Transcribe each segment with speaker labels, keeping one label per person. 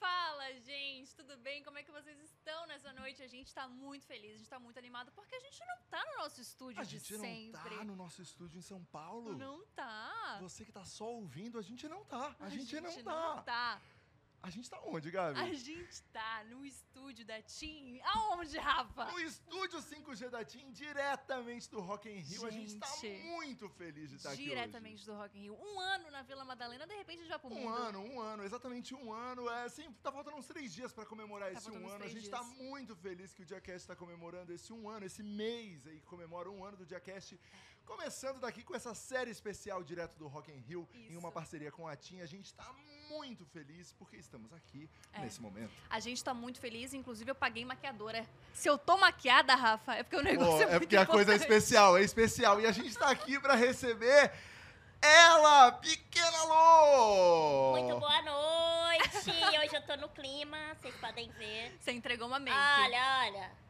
Speaker 1: Fala, gente, tudo bem? Como é que vocês estão nessa noite? A gente tá muito feliz, a gente tá muito animado, porque a gente não tá no nosso estúdio
Speaker 2: A
Speaker 1: de
Speaker 2: gente não
Speaker 1: sempre.
Speaker 2: tá no nosso estúdio em São Paulo.
Speaker 1: Não tá.
Speaker 2: Você que tá só ouvindo, a gente não tá. A, gente, não,
Speaker 1: não
Speaker 2: tá. A gente tá onde, Gabi?
Speaker 1: A gente tá no estúdio da Tim. Aonde, Rafa?
Speaker 2: No estúdio 5G da TIM, diretamente do Rock in Rio. A gente tá
Speaker 1: Gente.
Speaker 2: muito feliz de estar tá aqui
Speaker 1: Diretamente do Rock in Rio. Um ano na Vila Madalena, de repente já pro
Speaker 2: hoje.
Speaker 1: mundo.
Speaker 2: Um ano, um ano, exatamente um ano. É, sim, tá faltando uns três dias pra comemorar
Speaker 1: Tá
Speaker 2: esse
Speaker 1: faltando
Speaker 2: um
Speaker 1: uns
Speaker 2: ano. A
Speaker 1: três
Speaker 2: gente
Speaker 1: dias.
Speaker 2: tá muito feliz que o Diacast tá comemorando esse um ano, esse mês aí que comemora um ano do Diacast. Começando daqui com essa série especial direto do Rock in Rio, em
Speaker 1: Isso.
Speaker 2: uma parceria com a TIM. A gente tá muito feliz porque estamos aqui
Speaker 1: É.
Speaker 2: nesse momento.
Speaker 1: A gente tá muito feliz, inclusive eu paguei maquiadora. Se eu tô maquiada, Rafa, é porque o negócio
Speaker 2: Pô,
Speaker 1: é, muito
Speaker 2: é porque a coisa é
Speaker 1: importante.
Speaker 2: especial, é especial. E a gente tá aqui pra receber ela, Pequena Lô!
Speaker 3: Muito boa noite! Hoje eu tô no clima, vocês podem ver.
Speaker 1: Você entregou uma make.
Speaker 3: Olha, olha.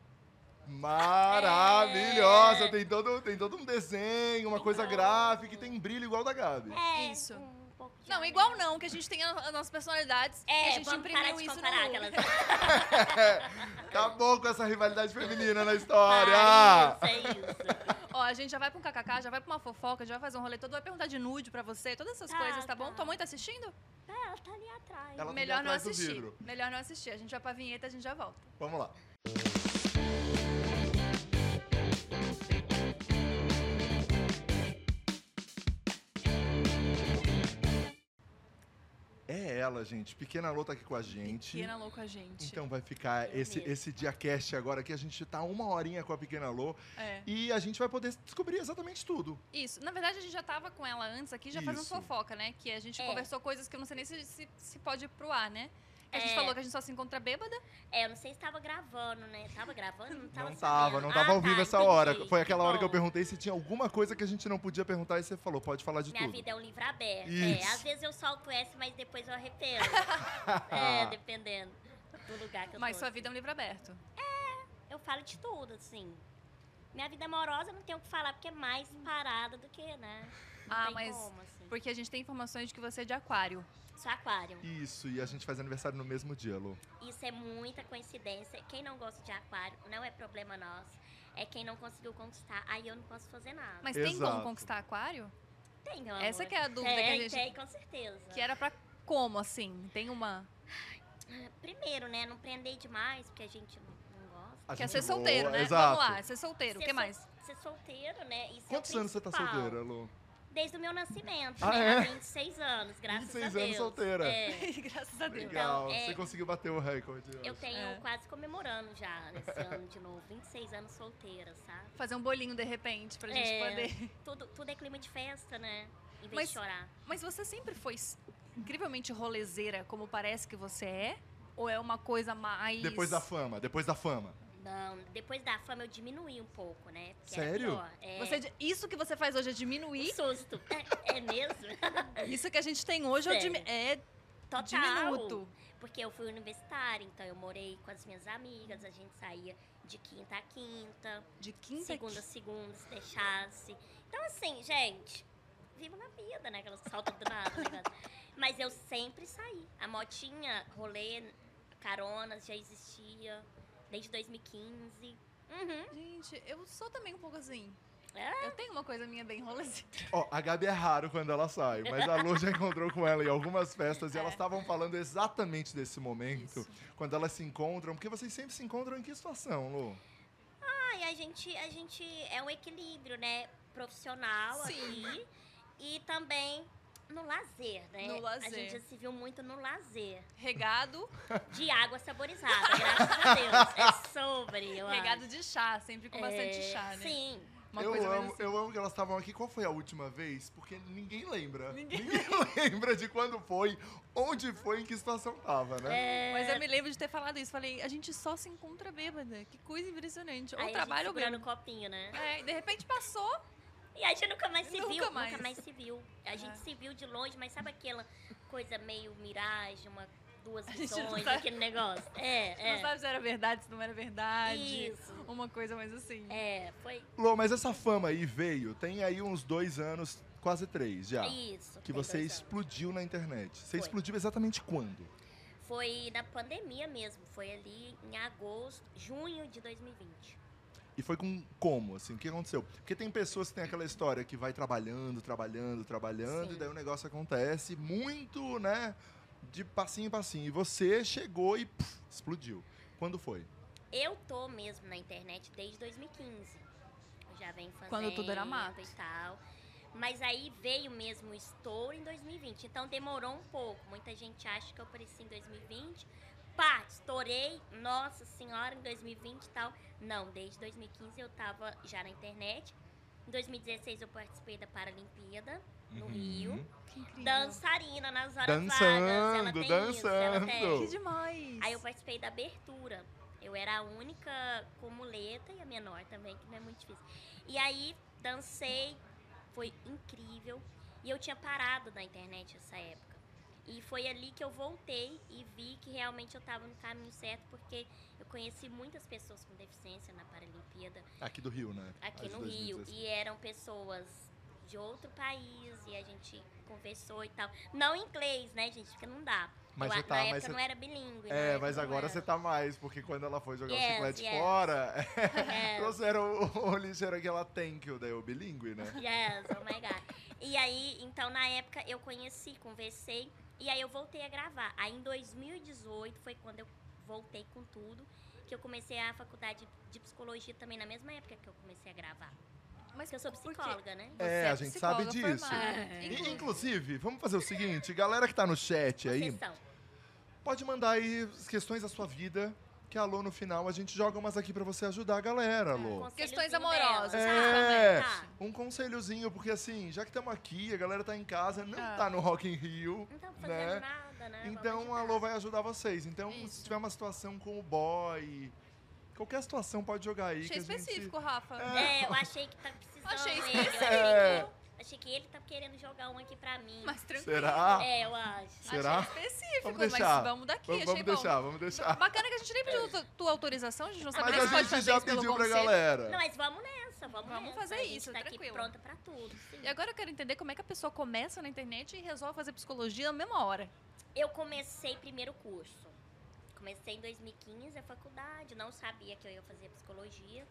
Speaker 2: Maravilhosa!
Speaker 3: É.
Speaker 2: Tem, todo, tem todo um desenho, uma coisa
Speaker 3: Então.
Speaker 2: gráfica e tem brilho igual da Gabi.
Speaker 3: É,
Speaker 1: Isso.
Speaker 3: um pouco de
Speaker 1: Não,
Speaker 3: amor.
Speaker 1: igual não, que a gente tem a- as nossas personalidades e
Speaker 3: É,
Speaker 1: a gente
Speaker 3: vamos
Speaker 1: imprimiu
Speaker 3: parar de
Speaker 1: isso no
Speaker 3: comparar
Speaker 1: look.
Speaker 3: aquelas...
Speaker 2: Acabou com essa rivalidade feminina na história!
Speaker 3: Para, isso, é isso.
Speaker 1: Ó, a gente já vai pra um kkk, já vai pra uma fofoca, já vai fazer um rolê todo, vai perguntar de nude pra você, todas essas
Speaker 3: Tá,
Speaker 1: coisas, tá
Speaker 3: tá.
Speaker 1: bom? Tua mãe tá assistindo?
Speaker 3: Ah, ela tá ali atrás.
Speaker 2: Ela- tá
Speaker 1: Melhor não
Speaker 2: atrás do
Speaker 1: assistir.
Speaker 2: vidro.
Speaker 1: Melhor não assistir. A gente vai pra vinheta, a gente já volta.
Speaker 2: Ah! Vamos lá. É ela, gente. Pequena Lô tá aqui com a gente.
Speaker 1: Pequena louca, gente.
Speaker 2: Então vai ficar
Speaker 3: Eu
Speaker 2: esse,
Speaker 3: mesmo.
Speaker 2: esse dia cast agora que a gente tá uma horinha com a Pequena Lô
Speaker 1: É.
Speaker 2: e a gente vai poder descobrir exatamente tudo.
Speaker 1: Isso. Na verdade, a gente já tava com ela antes aqui, já fazendo
Speaker 2: Isso.
Speaker 1: fofoca, né? Que a gente
Speaker 3: É.
Speaker 1: conversou coisas que eu não sei nem se, se, se pode ir pro ar, né? Que A gente
Speaker 3: É.
Speaker 1: falou que a gente só se encontra bêbada.
Speaker 3: É, eu não sei se tava gravando, né? Tava gravando? Não tava
Speaker 2: não tava,
Speaker 3: sabendo.
Speaker 2: não tava
Speaker 3: Ah,
Speaker 2: ao vivo
Speaker 3: tá,
Speaker 2: essa hora.
Speaker 3: entendi.
Speaker 2: Foi aquela hora que eu
Speaker 3: Bom,
Speaker 2: perguntei se tinha alguma coisa que a gente não podia perguntar e você falou, pode falar de
Speaker 3: Minha
Speaker 2: tudo.
Speaker 3: vida é um livro aberto. É,
Speaker 2: Isso.
Speaker 3: às vezes eu solto S, mas depois eu arrependo.
Speaker 2: Ah.
Speaker 3: é, dependendo do lugar que eu
Speaker 1: Mas
Speaker 3: tô.
Speaker 1: sua vida é um livro aberto.
Speaker 3: Eu falo de tudo, assim. Minha vida amorosa eu não tenho o que falar, porque é mais parada do que, né? Não
Speaker 1: Ah,
Speaker 3: tem
Speaker 1: mas-
Speaker 3: como, assim.
Speaker 1: Porque a gente tem informações de que você é de aquário.
Speaker 3: Sou aquário.
Speaker 2: Isso, e a gente faz aniversário no mesmo dia, Lô.
Speaker 3: Isso é muita coincidência. Quem não gosta de aquário não é problema nosso. É quem não conseguiu conquistar. Aí eu não posso fazer nada.
Speaker 1: Mas tem como
Speaker 2: Exato.
Speaker 1: conquistar aquário?
Speaker 3: tem, meu amor.
Speaker 1: Essa que é a dúvida
Speaker 3: Tem,
Speaker 1: que a gente...
Speaker 3: tem, com certeza.
Speaker 1: Que é- era pra como, assim? Tem uma...
Speaker 3: Primeiro, né? Não prender demais, porque a gente não, não gosta.
Speaker 2: A
Speaker 1: que é
Speaker 2: gente
Speaker 1: ser solteiro,
Speaker 2: voa,
Speaker 1: né?
Speaker 2: Exato.
Speaker 1: Vamos lá, ser solteiro. O
Speaker 3: Ser
Speaker 1: que
Speaker 3: sol-
Speaker 1: mais?
Speaker 3: Ser solteiro, né? Isso é o
Speaker 2: Quantos anos você tá
Speaker 3: principal.
Speaker 2: solteira, Lô?
Speaker 3: Desde o meu nascimento,
Speaker 2: Ah,
Speaker 3: né?
Speaker 2: é?
Speaker 3: Há 26 anos, graças
Speaker 2: 26
Speaker 3: a
Speaker 2: anos
Speaker 3: Deus.
Speaker 2: solteira.
Speaker 3: É.
Speaker 1: Graças a Deus.
Speaker 2: Legal,
Speaker 3: Então, é-
Speaker 2: você conseguiu bater o recorde. eu
Speaker 3: Eu
Speaker 2: acho.
Speaker 3: tenho
Speaker 1: É.
Speaker 3: quase comemorando já nesse ano de novo. 26 anos solteira, sabe?
Speaker 1: Fazer um bolinho, de repente, pra gente
Speaker 3: É.
Speaker 1: poder...
Speaker 3: Tudo, tudo é clima de festa, né? Em vez
Speaker 1: Mas-
Speaker 3: de chorar.
Speaker 1: Mas você sempre foi s- incrivelmente rolezeira, como parece que você é? Ou é uma coisa mais...
Speaker 2: Depois da fama, depois da fama.
Speaker 3: Não, depois da fama eu diminuí um pouco, né? Porque
Speaker 2: Sério?
Speaker 3: Era pior. É,
Speaker 1: Você di- Isso que você faz hoje é
Speaker 3: um
Speaker 1: diminuir?
Speaker 3: susto. É, é mesmo?
Speaker 1: Isso que a gente tem hoje é, o
Speaker 3: Sério.
Speaker 1: dimi- é
Speaker 3: Total.
Speaker 1: diminuto.
Speaker 3: Porque eu fui universitária, então eu morei com as minhas amigas, a gente saía de quinta a quinta,
Speaker 1: De quinta
Speaker 3: segunda a segunda, se deixasse. Então, assim, gente, viva na vida, né? Aquelas que saltam do nada, o negócio. Mas eu sempre saí. A motinha, rolê, caronas já existia desde 2015. Uhum.
Speaker 1: Gente, eu sou também um pouco assim.
Speaker 3: É?
Speaker 1: Eu tenho uma coisa minha bem rolezeira.
Speaker 2: Ó, a Gabi é raro quando ela sai, mas a Lô já encontrou com ela em algumas festas e
Speaker 1: É.
Speaker 2: elas estavam falando exatamente desse momento,
Speaker 1: Isso.
Speaker 2: quando elas se encontram, porque vocês sempre se encontram em que situação, Lô?
Speaker 3: Ai, Ah, a gente, a gente é um equilíbrio, né? Profissional
Speaker 1: Sim.
Speaker 3: aqui e também no lazer, né?
Speaker 1: No
Speaker 3: A
Speaker 1: lazer.
Speaker 3: gente já se viu muito no lazer.
Speaker 1: Regado,
Speaker 3: De água saborizada, graças a Deus. É sobre, eu
Speaker 1: regado
Speaker 3: acho.
Speaker 1: de chá, sempre com bastante
Speaker 3: É,
Speaker 1: chá, né?
Speaker 3: Sim.
Speaker 1: Uma
Speaker 2: eu,
Speaker 1: coisa menos
Speaker 2: amo, eu amo que elas estavam aqui. Qual foi a última vez? Porque ninguém lembra.
Speaker 1: Ninguém
Speaker 2: lembra de quando foi, onde foi, em que situação tava, né?
Speaker 3: É,
Speaker 1: Mas eu me lembro de ter falado isso. Falei, a gente só se encontra bêbada. Que coisa impressionante. Ou
Speaker 3: aí a gente
Speaker 1: trabalho ou
Speaker 3: segurando
Speaker 1: grana.
Speaker 3: o copinho, né?
Speaker 1: É, e de repente passou.
Speaker 3: E a gente nunca mais se
Speaker 1: Nunca
Speaker 3: viu,
Speaker 1: mais. É.
Speaker 3: nunca mais se viu. A gente se viu de longe, mas sabe aquela coisa meio miragem, uma, duas
Speaker 1: gente não
Speaker 3: visões,
Speaker 1: sabe.
Speaker 3: aquele negócio? É,
Speaker 1: Não
Speaker 3: é.
Speaker 1: sabe se era verdade, se não era verdade.
Speaker 3: Isso.
Speaker 1: Uma coisa mais assim.
Speaker 3: É, foi
Speaker 2: Lô, mas essa fama aí veio, tem aí uns dois anos, quase três já.
Speaker 3: isso.
Speaker 2: Tá. Que
Speaker 3: tem
Speaker 2: você
Speaker 3: dois anos.
Speaker 2: explodiu na internet. Você
Speaker 3: Foi.
Speaker 2: explodiu exatamente quando?
Speaker 3: Foi na pandemia mesmo, foi ali em agosto, junho de 2020.
Speaker 2: E foi com como, assim? O que aconteceu? Porque tem pessoas que têm aquela história que vai trabalhando, trabalhando, trabalhando,
Speaker 3: Sim.
Speaker 2: e daí o negócio acontece muito, né? De passinho em passinho. E você chegou e puf, explodiu. Quando foi?
Speaker 3: Eu tô mesmo na internet desde 2015. Eu já venho fazendo
Speaker 1: Quando tudo era mato.
Speaker 3: e tal. Mas aí veio mesmo o estouro em 2020. Então demorou um pouco. Muita gente acha que eu apareci em 2020. Pá, estourei, nossa senhora, em 2020 e tal. Não, desde 2015 eu tava já na internet. Em 2016 eu participei da Paralimpíada no
Speaker 2: Uhum.
Speaker 3: Rio.
Speaker 1: Que incrível.
Speaker 3: Dançarina nas horas vagas. Ela
Speaker 2: Dançando,
Speaker 3: tem isso, ela tem.
Speaker 2: dançando.
Speaker 1: Que demais.
Speaker 3: Aí eu participei da abertura. Eu era a única com muleta e a menor também, que não é muito difícil. E aí dancei, foi incrível. E eu tinha parado na internet essa época. E foi ali que eu voltei e vi que realmente eu estava no caminho certo, porque eu conheci muitas pessoas com deficiência na Paralimpíada
Speaker 2: Aqui do Rio, né?
Speaker 3: aqui
Speaker 2: As
Speaker 3: no
Speaker 2: 2016.
Speaker 3: Rio. E eram pessoas de outro país e a gente conversou e tal. Não em inglês, né, gente? Porque não dá.
Speaker 2: Mas
Speaker 3: eu,
Speaker 2: você
Speaker 3: a-
Speaker 2: tá-
Speaker 3: na
Speaker 2: mas
Speaker 3: época
Speaker 2: você-
Speaker 3: não era bilíngue. na
Speaker 2: É,
Speaker 3: época
Speaker 2: mas
Speaker 3: não
Speaker 2: agora
Speaker 3: era.
Speaker 2: você tá mais, porque quando ela foi jogar
Speaker 3: Yes,
Speaker 2: o chiclete
Speaker 3: yes.
Speaker 2: fora,
Speaker 3: É.
Speaker 2: trouxeram o, o lixeiro aquela thank you, daí o bilíngue, né?
Speaker 3: Yes, oh my god. E aí, então, na época, eu conheci, conversei, e aí eu voltei a gravar. Aí, em 2018, foi quando eu voltei com tudo, que eu comecei a faculdade de psicologia também, na mesma época que eu comecei a gravar.
Speaker 1: Mas
Speaker 3: Porque eu sou
Speaker 1: por quê?
Speaker 3: psicóloga, né?
Speaker 1: Você
Speaker 2: É, a gente
Speaker 1: psicóloga
Speaker 2: sabe disso.
Speaker 1: formada.
Speaker 3: É.
Speaker 2: E,
Speaker 1: Inclusive,
Speaker 2: inclusive, vamos fazer o seguinte, galera que tá no chat aí,
Speaker 3: Vocês são.
Speaker 2: pode mandar aí as questões da sua vida, que a Lô no final a gente joga umas aqui pra você ajudar a
Speaker 3: Ah,
Speaker 2: galera, Lô.
Speaker 1: Questões
Speaker 3: Conselhozinho
Speaker 1: amorosas,
Speaker 3: dela,
Speaker 2: É.
Speaker 3: sabe? Tá.
Speaker 2: Um conselhozinho, porque assim, já que estamos aqui, a galera tá em casa, não
Speaker 1: Ah.
Speaker 2: tá no Rock in Rio,
Speaker 3: Não estamos
Speaker 2: Né?
Speaker 3: fazendo nada, né? Vamos
Speaker 2: então a
Speaker 3: ajudar.
Speaker 2: Lô vai ajudar vocês. Então, se
Speaker 1: É, Isso.
Speaker 2: tiver uma situação com o boy, qualquer situação pode jogar aí.
Speaker 1: Achei
Speaker 2: que a gente-
Speaker 1: específico, Rafa.
Speaker 3: É, eu achei que tá precisando.
Speaker 1: Achei
Speaker 3: ele, eu achei,
Speaker 2: É.
Speaker 3: que, achei que ele tá querendo jogar um aqui pra mim.
Speaker 1: Mas tranquilo.
Speaker 2: Será?
Speaker 3: É, eu acho.
Speaker 2: Será?
Speaker 1: Achei específico,
Speaker 2: Vamos
Speaker 1: mas
Speaker 2: deixar.
Speaker 1: vamos daqui,
Speaker 2: Vamos,
Speaker 1: achei
Speaker 2: vamos
Speaker 1: bom.
Speaker 2: deixar, vamos deixar.
Speaker 1: Bacana que a gente nem pediu tu- tua autorização, a gente não sabe nem
Speaker 2: Mas
Speaker 1: se
Speaker 2: a
Speaker 1: pode
Speaker 2: gente
Speaker 1: fazer
Speaker 2: já
Speaker 1: isso pelo
Speaker 2: pediu pra
Speaker 1: conselho.
Speaker 2: galera.
Speaker 3: Não, mas vamos nessa, vamos,
Speaker 1: Vamos
Speaker 3: nessa.
Speaker 1: fazer
Speaker 3: a gente
Speaker 1: isso,
Speaker 3: tá aqui
Speaker 1: tranquilo.
Speaker 3: pronta pra tudo. sim.
Speaker 1: E agora eu quero entender como é que a pessoa começa na internet e resolve fazer psicologia na mesma hora.
Speaker 3: Eu comecei primeiro curso. Comecei em 2015 a faculdade, não sabia que eu ia fazer psicologia.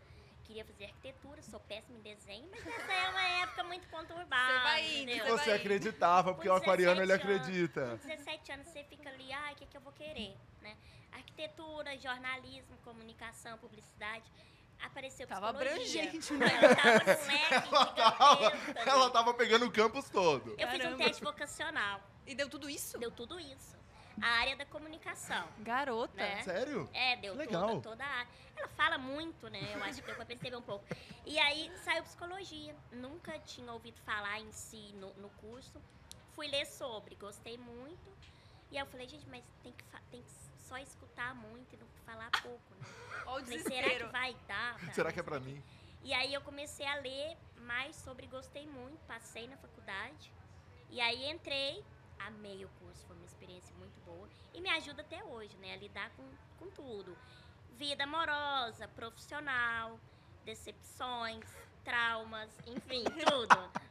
Speaker 3: Queria fazer arquitetura, sou péssima em desenho, mas essa é uma época muito conturbada.
Speaker 1: Você vai indo,
Speaker 3: entendeu?
Speaker 1: você
Speaker 2: Você
Speaker 1: vai-
Speaker 2: acreditava, porque o
Speaker 3: Com
Speaker 2: aquariano
Speaker 1: é
Speaker 2: ele
Speaker 3: 17 anos.
Speaker 2: acredita.
Speaker 3: Com 17 anos você fica ali, ai, o que, que eu vou querer, né? Arquitetura, jornalismo, comunicação, publicidade. Apareceu
Speaker 1: Tava
Speaker 3: psicologia.
Speaker 1: abrangente, né?
Speaker 3: Não, eu tava com um
Speaker 2: Ela
Speaker 3: leque
Speaker 2: tava,
Speaker 1: é
Speaker 3: gigantesco, né?
Speaker 2: ela tá tava pegando o campus todo.
Speaker 3: Eu fiz um
Speaker 1: Caramba.
Speaker 3: teste vocacional,
Speaker 1: E deu tudo isso?
Speaker 3: deu tudo isso. A área da comunicação.
Speaker 1: Garota.
Speaker 3: Né?
Speaker 2: Sério?
Speaker 3: É, deu
Speaker 2: Legal.
Speaker 3: toda, toda a área. Ela fala muito, né? Eu acho que deu pra perceber um pouco. E aí saiu psicologia. Nunca tinha ouvido falar em si no, no curso. Fui ler sobre, gostei muito. E aí eu falei, gente, mas tem que, fa- tem que só escutar muito e não falar pouco, né?
Speaker 1: Olha o
Speaker 3: Falei, será que
Speaker 1: desespero.
Speaker 3: vai dar? pra
Speaker 2: Será
Speaker 3: mim?
Speaker 2: que é pra mim?
Speaker 3: E aí eu comecei a ler mais sobre, gostei muito, passei na faculdade. E aí entrei, amei o curso, foi uma experiência muito boa. E me ajuda até hoje, né, a lidar com, com tudo. Vida amorosa, profissional, decepções, traumas, enfim, tudo.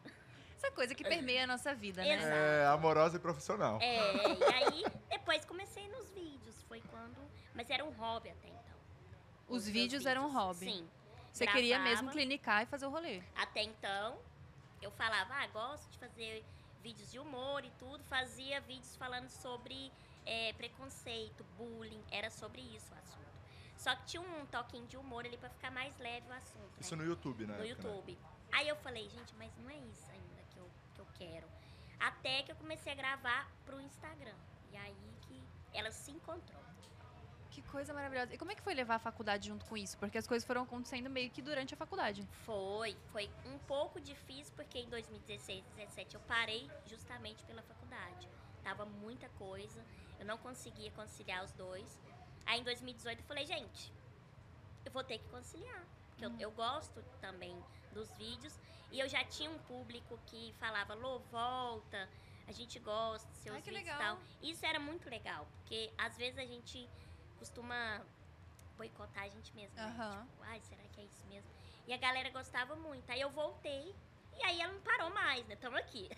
Speaker 1: Essa coisa que permeia a nossa vida, né?
Speaker 3: Exato.
Speaker 2: É amorosa e profissional.
Speaker 3: É, e aí depois comecei nos vídeos, foi quando... Mas era um hobby até então.
Speaker 1: Os
Speaker 3: meus
Speaker 1: vídeos eram um hobby.
Speaker 3: Sim.
Speaker 1: Você queria
Speaker 3: Gravava.
Speaker 1: mesmo clinicar e fazer o rolê.
Speaker 3: Até então, eu falava, ah, gosto de fazer vídeos de humor e tudo, fazia vídeos falando sobre eh, preconceito, bullying, era sobre isso o assunto. Só que tinha um toquinho de humor ali pra ficar mais leve o assunto. né?
Speaker 2: Isso no YouTube, né?
Speaker 3: no YouTube. Aí eu falei, gente, mas não é isso ainda que eu, que eu quero. Até que eu comecei a gravar pro Instagram. E aí que ela se encontrou.
Speaker 1: Que coisa maravilhosa. E como é que foi levar a faculdade junto com isso? Porque as coisas foram acontecendo meio que durante a faculdade.
Speaker 3: Foi, foi um pouco difícil porque em 2016, 2017 eu parei justamente pela faculdade. Tava muita coisa, eu não conseguia conciliar os dois. Aí em 2018 eu falei, gente, eu vou ter que conciliar. Porque
Speaker 1: Hum.
Speaker 3: eu- eu, gosto também dos vídeos e eu já tinha um público que falava, Lô, volta, a gente gosta dos seus
Speaker 1: Ai, que
Speaker 3: vídeos
Speaker 1: legal.
Speaker 3: e tal. Isso era muito legal, porque às vezes a gente costuma boicotar a gente mesmo. né?
Speaker 1: Aham.
Speaker 3: Tipo, ai, será que é isso mesmo? E a galera gostava muito. Aí eu voltei e aí ela não parou mais, né? Tamo aqui.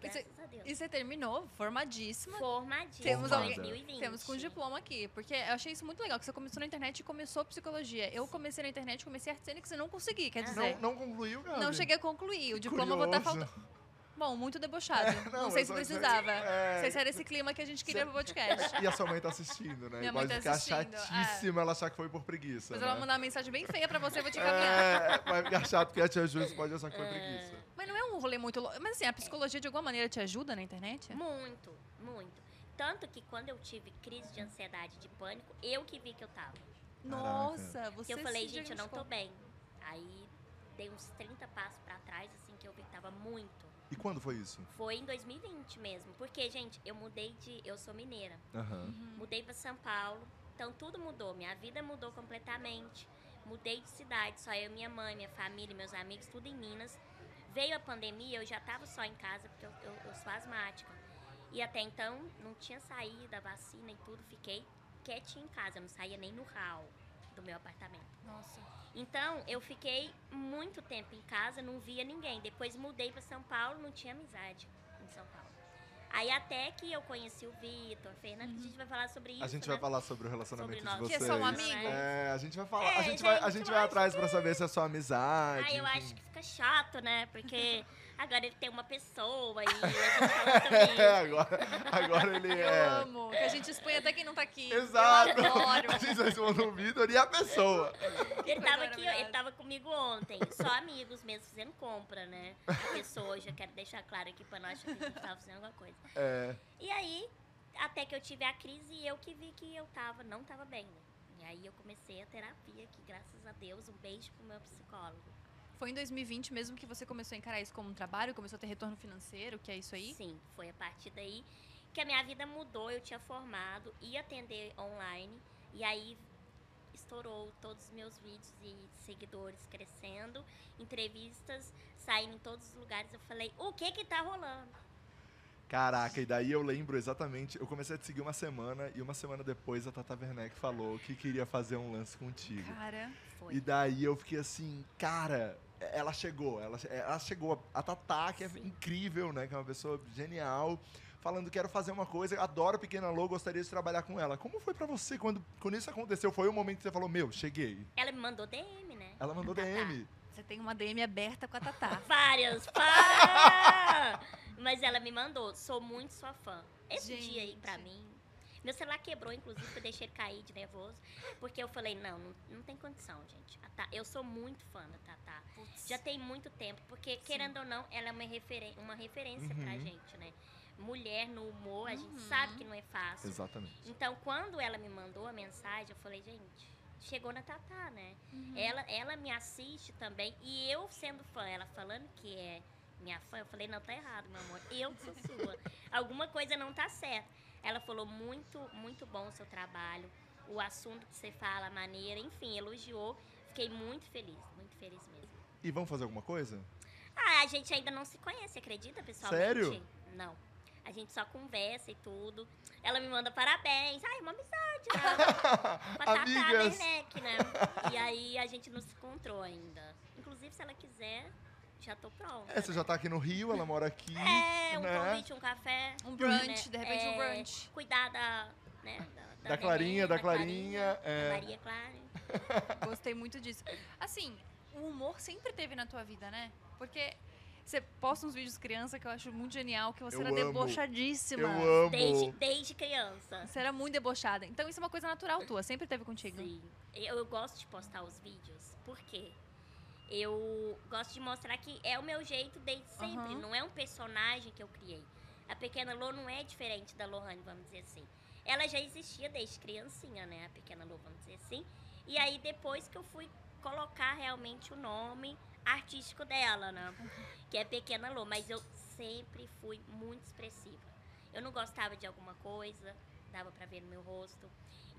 Speaker 3: Graças
Speaker 1: Isso
Speaker 3: a Deus.
Speaker 1: E você terminou formadíssima.
Speaker 3: Formadíssima.
Speaker 1: Temos
Speaker 2: alguém-
Speaker 3: 2020.
Speaker 1: Temos com diploma aqui, porque eu achei isso muito legal, que você começou na internet e começou psicologia. Eu comecei na internet, comecei arte cênica e não consegui, quer
Speaker 3: Ah.
Speaker 1: dizer,
Speaker 2: Não, não concluiu, Gabi?
Speaker 1: não, cheguei a concluir. O diploma vou estar faltando. Bom, muito debochado.
Speaker 2: É,
Speaker 1: não,
Speaker 2: não,
Speaker 1: sei
Speaker 2: eu
Speaker 1: se
Speaker 2: só-
Speaker 1: precisava.
Speaker 2: é.
Speaker 1: Não sei se era esse clima que a gente queria
Speaker 2: Cê-
Speaker 1: pro podcast.
Speaker 2: E a sua mãe tá assistindo, né?
Speaker 1: Minha
Speaker 2: e
Speaker 1: mãe
Speaker 2: pode
Speaker 1: tá
Speaker 2: ficar
Speaker 1: assistindo,
Speaker 2: chatíssima ela achar que foi por preguiça.
Speaker 1: Mas
Speaker 2: né?
Speaker 1: ela vai mandar uma mensagem bem feia pra você, eu vou te encaminhar.
Speaker 2: É, vai ficar chato porque a tia Júlia pode achar que foi preguiça.
Speaker 1: Mas não é um rolê muito louco. Mas assim, a psicologia de alguma maneira te ajuda na internet?
Speaker 3: Muito, muito. Tanto que quando eu tive crise de ansiedade, de pânico, eu que vi que eu tava.
Speaker 1: Nossa, você
Speaker 3: Porque eu falei,
Speaker 1: se
Speaker 3: gente, eu não tô
Speaker 1: diagnosticou.
Speaker 3: bem. Aí dei uns 30 passos pra trás, assim, que eu vi que tava muito.
Speaker 2: E quando foi isso?
Speaker 3: Foi em 2020 mesmo. Porque, gente, eu mudei de. Eu sou mineira. Mudei pra São Paulo. Então tudo mudou. Minha vida mudou completamente. Mudei de cidade. Só eu, minha mãe, minha família, meus amigos, tudo em Minas. Veio a pandemia, eu já tava só em casa, porque eu, eu- eu sou asmática. E até então não tinha saído a vacina e tudo. Fiquei quietinha em casa. Eu não saía nem no hall do meu apartamento.
Speaker 1: Nossa.
Speaker 3: Então, eu fiquei muito tempo em casa, não via ninguém. Depois mudei para São Paulo, não tinha amizade em São Paulo. Aí até que eu conheci o Vitor, a Fernanda, que a gente vai falar sobre isso.
Speaker 2: A gente vai
Speaker 3: né?
Speaker 2: falar sobre o relacionamento
Speaker 3: Sobre
Speaker 2: de
Speaker 3: nós.
Speaker 2: vocês.
Speaker 1: Que Uhum. é só um amigo?
Speaker 2: É, a gente vai falar.
Speaker 3: É,
Speaker 2: a, gente vai, a
Speaker 3: gente,
Speaker 2: gente
Speaker 3: eu
Speaker 2: vai
Speaker 3: acho
Speaker 2: atrás pra saber se é um- só amizade.
Speaker 3: Aí eu
Speaker 2: enfim.
Speaker 3: acho que fica chato, né? Porque agora ele tem uma pessoa e a gente fala sobre
Speaker 2: É,
Speaker 3: isso.
Speaker 2: agora, agora ele
Speaker 1: Eu
Speaker 2: é.
Speaker 1: amo. Que a gente expõe até quem não tá aqui.
Speaker 2: Exato.
Speaker 1: Eu adoro.
Speaker 2: A gente vai se mandar um o Vitor e a pessoa.
Speaker 3: Ele
Speaker 1: coisa
Speaker 3: tava aqui, ó, ele
Speaker 1: maravilhosa.
Speaker 3: tava comigo ontem, só amigos mesmo, fazendo compra, né? A pessoa hoje, eu quero deixar claro aqui pra nós que a gente tava fazendo alguma coisa.
Speaker 2: É.
Speaker 3: E aí, até que eu tive a crise e eu que vi que eu tava, não tava bem, né? E aí eu comecei a terapia, que graças a Deus, um beijo pro meu psicólogo.
Speaker 1: Foi em 2020 mesmo que você começou a encarar isso como um trabalho, começou a ter retorno financeiro, que é isso aí?
Speaker 3: Sim, foi a partir daí que a minha vida mudou, eu tinha formado, ia atender online, e aí estourou todos os meus vídeos e seguidores crescendo, entrevistas saindo em todos os lugares. Eu falei, o que que tá rolando?
Speaker 2: Caraca, e daí eu lembro exatamente. Eu comecei a te seguir uma semana e uma semana depois a Tata Werneck falou que queria fazer um lance contigo.
Speaker 1: Cara,
Speaker 3: Foi.
Speaker 2: E daí eu fiquei assim, cara, ela chegou, ela, ela chegou. A Tatá, que é
Speaker 3: Sim.
Speaker 2: incrível, né? Que é uma pessoa genial, falando, quero fazer uma coisa, adoro Pequena Lou, gostaria de trabalhar com ela. Como foi pra você quando, quando isso aconteceu? Foi o momento que você falou, meu, cheguei.
Speaker 3: Ela me mandou DM, né?
Speaker 2: Ela mandou
Speaker 3: Tatá.
Speaker 2: DM.
Speaker 1: você tem uma DM aberta com a Tatá.
Speaker 3: Várias, para! Mas ela me mandou, sou muito sua fã. Esse
Speaker 1: Gente.
Speaker 3: dia aí pra mim. Meu celular quebrou, inclusive, eu deixei ele cair de nervoso. Porque eu falei, não, não, não tem condição, gente. A Tá- eu sou muito fã da Tatá.
Speaker 1: Putz.
Speaker 3: Já tem muito tempo, porque, querendo ou não, ela é uma, referen uma referência pra
Speaker 2: Uhum.
Speaker 3: gente, né? Mulher no humor, a gente
Speaker 1: Uhum.
Speaker 3: sabe que não é fácil.
Speaker 2: Exatamente.
Speaker 3: Então, quando ela me mandou a mensagem, eu falei, gente, chegou na Tatá, né? Ela, ela me assiste também. E eu sendo fã, ela falando que é minha fã, eu falei, não, tá errado, meu amor. Eu que sou sua. Alguma coisa não tá certa. Ela falou, muito, muito bom o seu trabalho. O assunto que você fala, a maneira, enfim, elogiou. Fiquei muito feliz, muito feliz mesmo.
Speaker 2: E vamos fazer alguma coisa?
Speaker 3: Ah, a gente ainda não se conhece, acredita, pessoalmente?
Speaker 2: Sério?
Speaker 3: Não. A gente só conversa e tudo. Ela me manda parabéns. Ai, uma amizade, né? Com a Tata
Speaker 2: Amigas!
Speaker 3: Werneck, né? E aí a gente não se encontrou ainda. Inclusive, se ela quiser, já tô pronta.
Speaker 2: É, você já tá aqui no Rio, ela mora aqui.
Speaker 3: É, um
Speaker 2: né?
Speaker 3: convite, um café.
Speaker 1: Um brunch,
Speaker 3: né?
Speaker 1: de repente um
Speaker 3: É,
Speaker 1: brunch.
Speaker 3: Cuidar da. Né? Da,
Speaker 2: Da Clarinha, da Clarinha, é. Tá
Speaker 3: Da Maria Clara.
Speaker 1: Gostei muito disso. Assim, o humor sempre teve na tua vida, né? Porque você posta uns vídeos criança que eu acho muito genial, que você
Speaker 2: Eu
Speaker 1: era
Speaker 2: amo.
Speaker 1: debochadíssima.
Speaker 2: Eu amo.
Speaker 3: Desde, desde criança.
Speaker 1: Você era muito debochada. Então isso é uma coisa natural tua, sempre teve contigo.
Speaker 3: Sim. Eu, eu gosto de postar os vídeos. Por quê? Eu gosto de mostrar que é o meu jeito desde sempre.
Speaker 1: Aham.
Speaker 3: Não é um personagem que eu criei. A pequena Lô não é diferente da Lohane, vamos dizer assim. Ela já existia desde criancinha, né? A pequena Lô, vamos dizer assim. E aí depois que eu fui colocar realmente o nome artístico dela, né? Que é Pequena Lô. Mas eu sempre fui muito expressiva. Eu não gostava de alguma coisa, dava pra ver no meu rosto.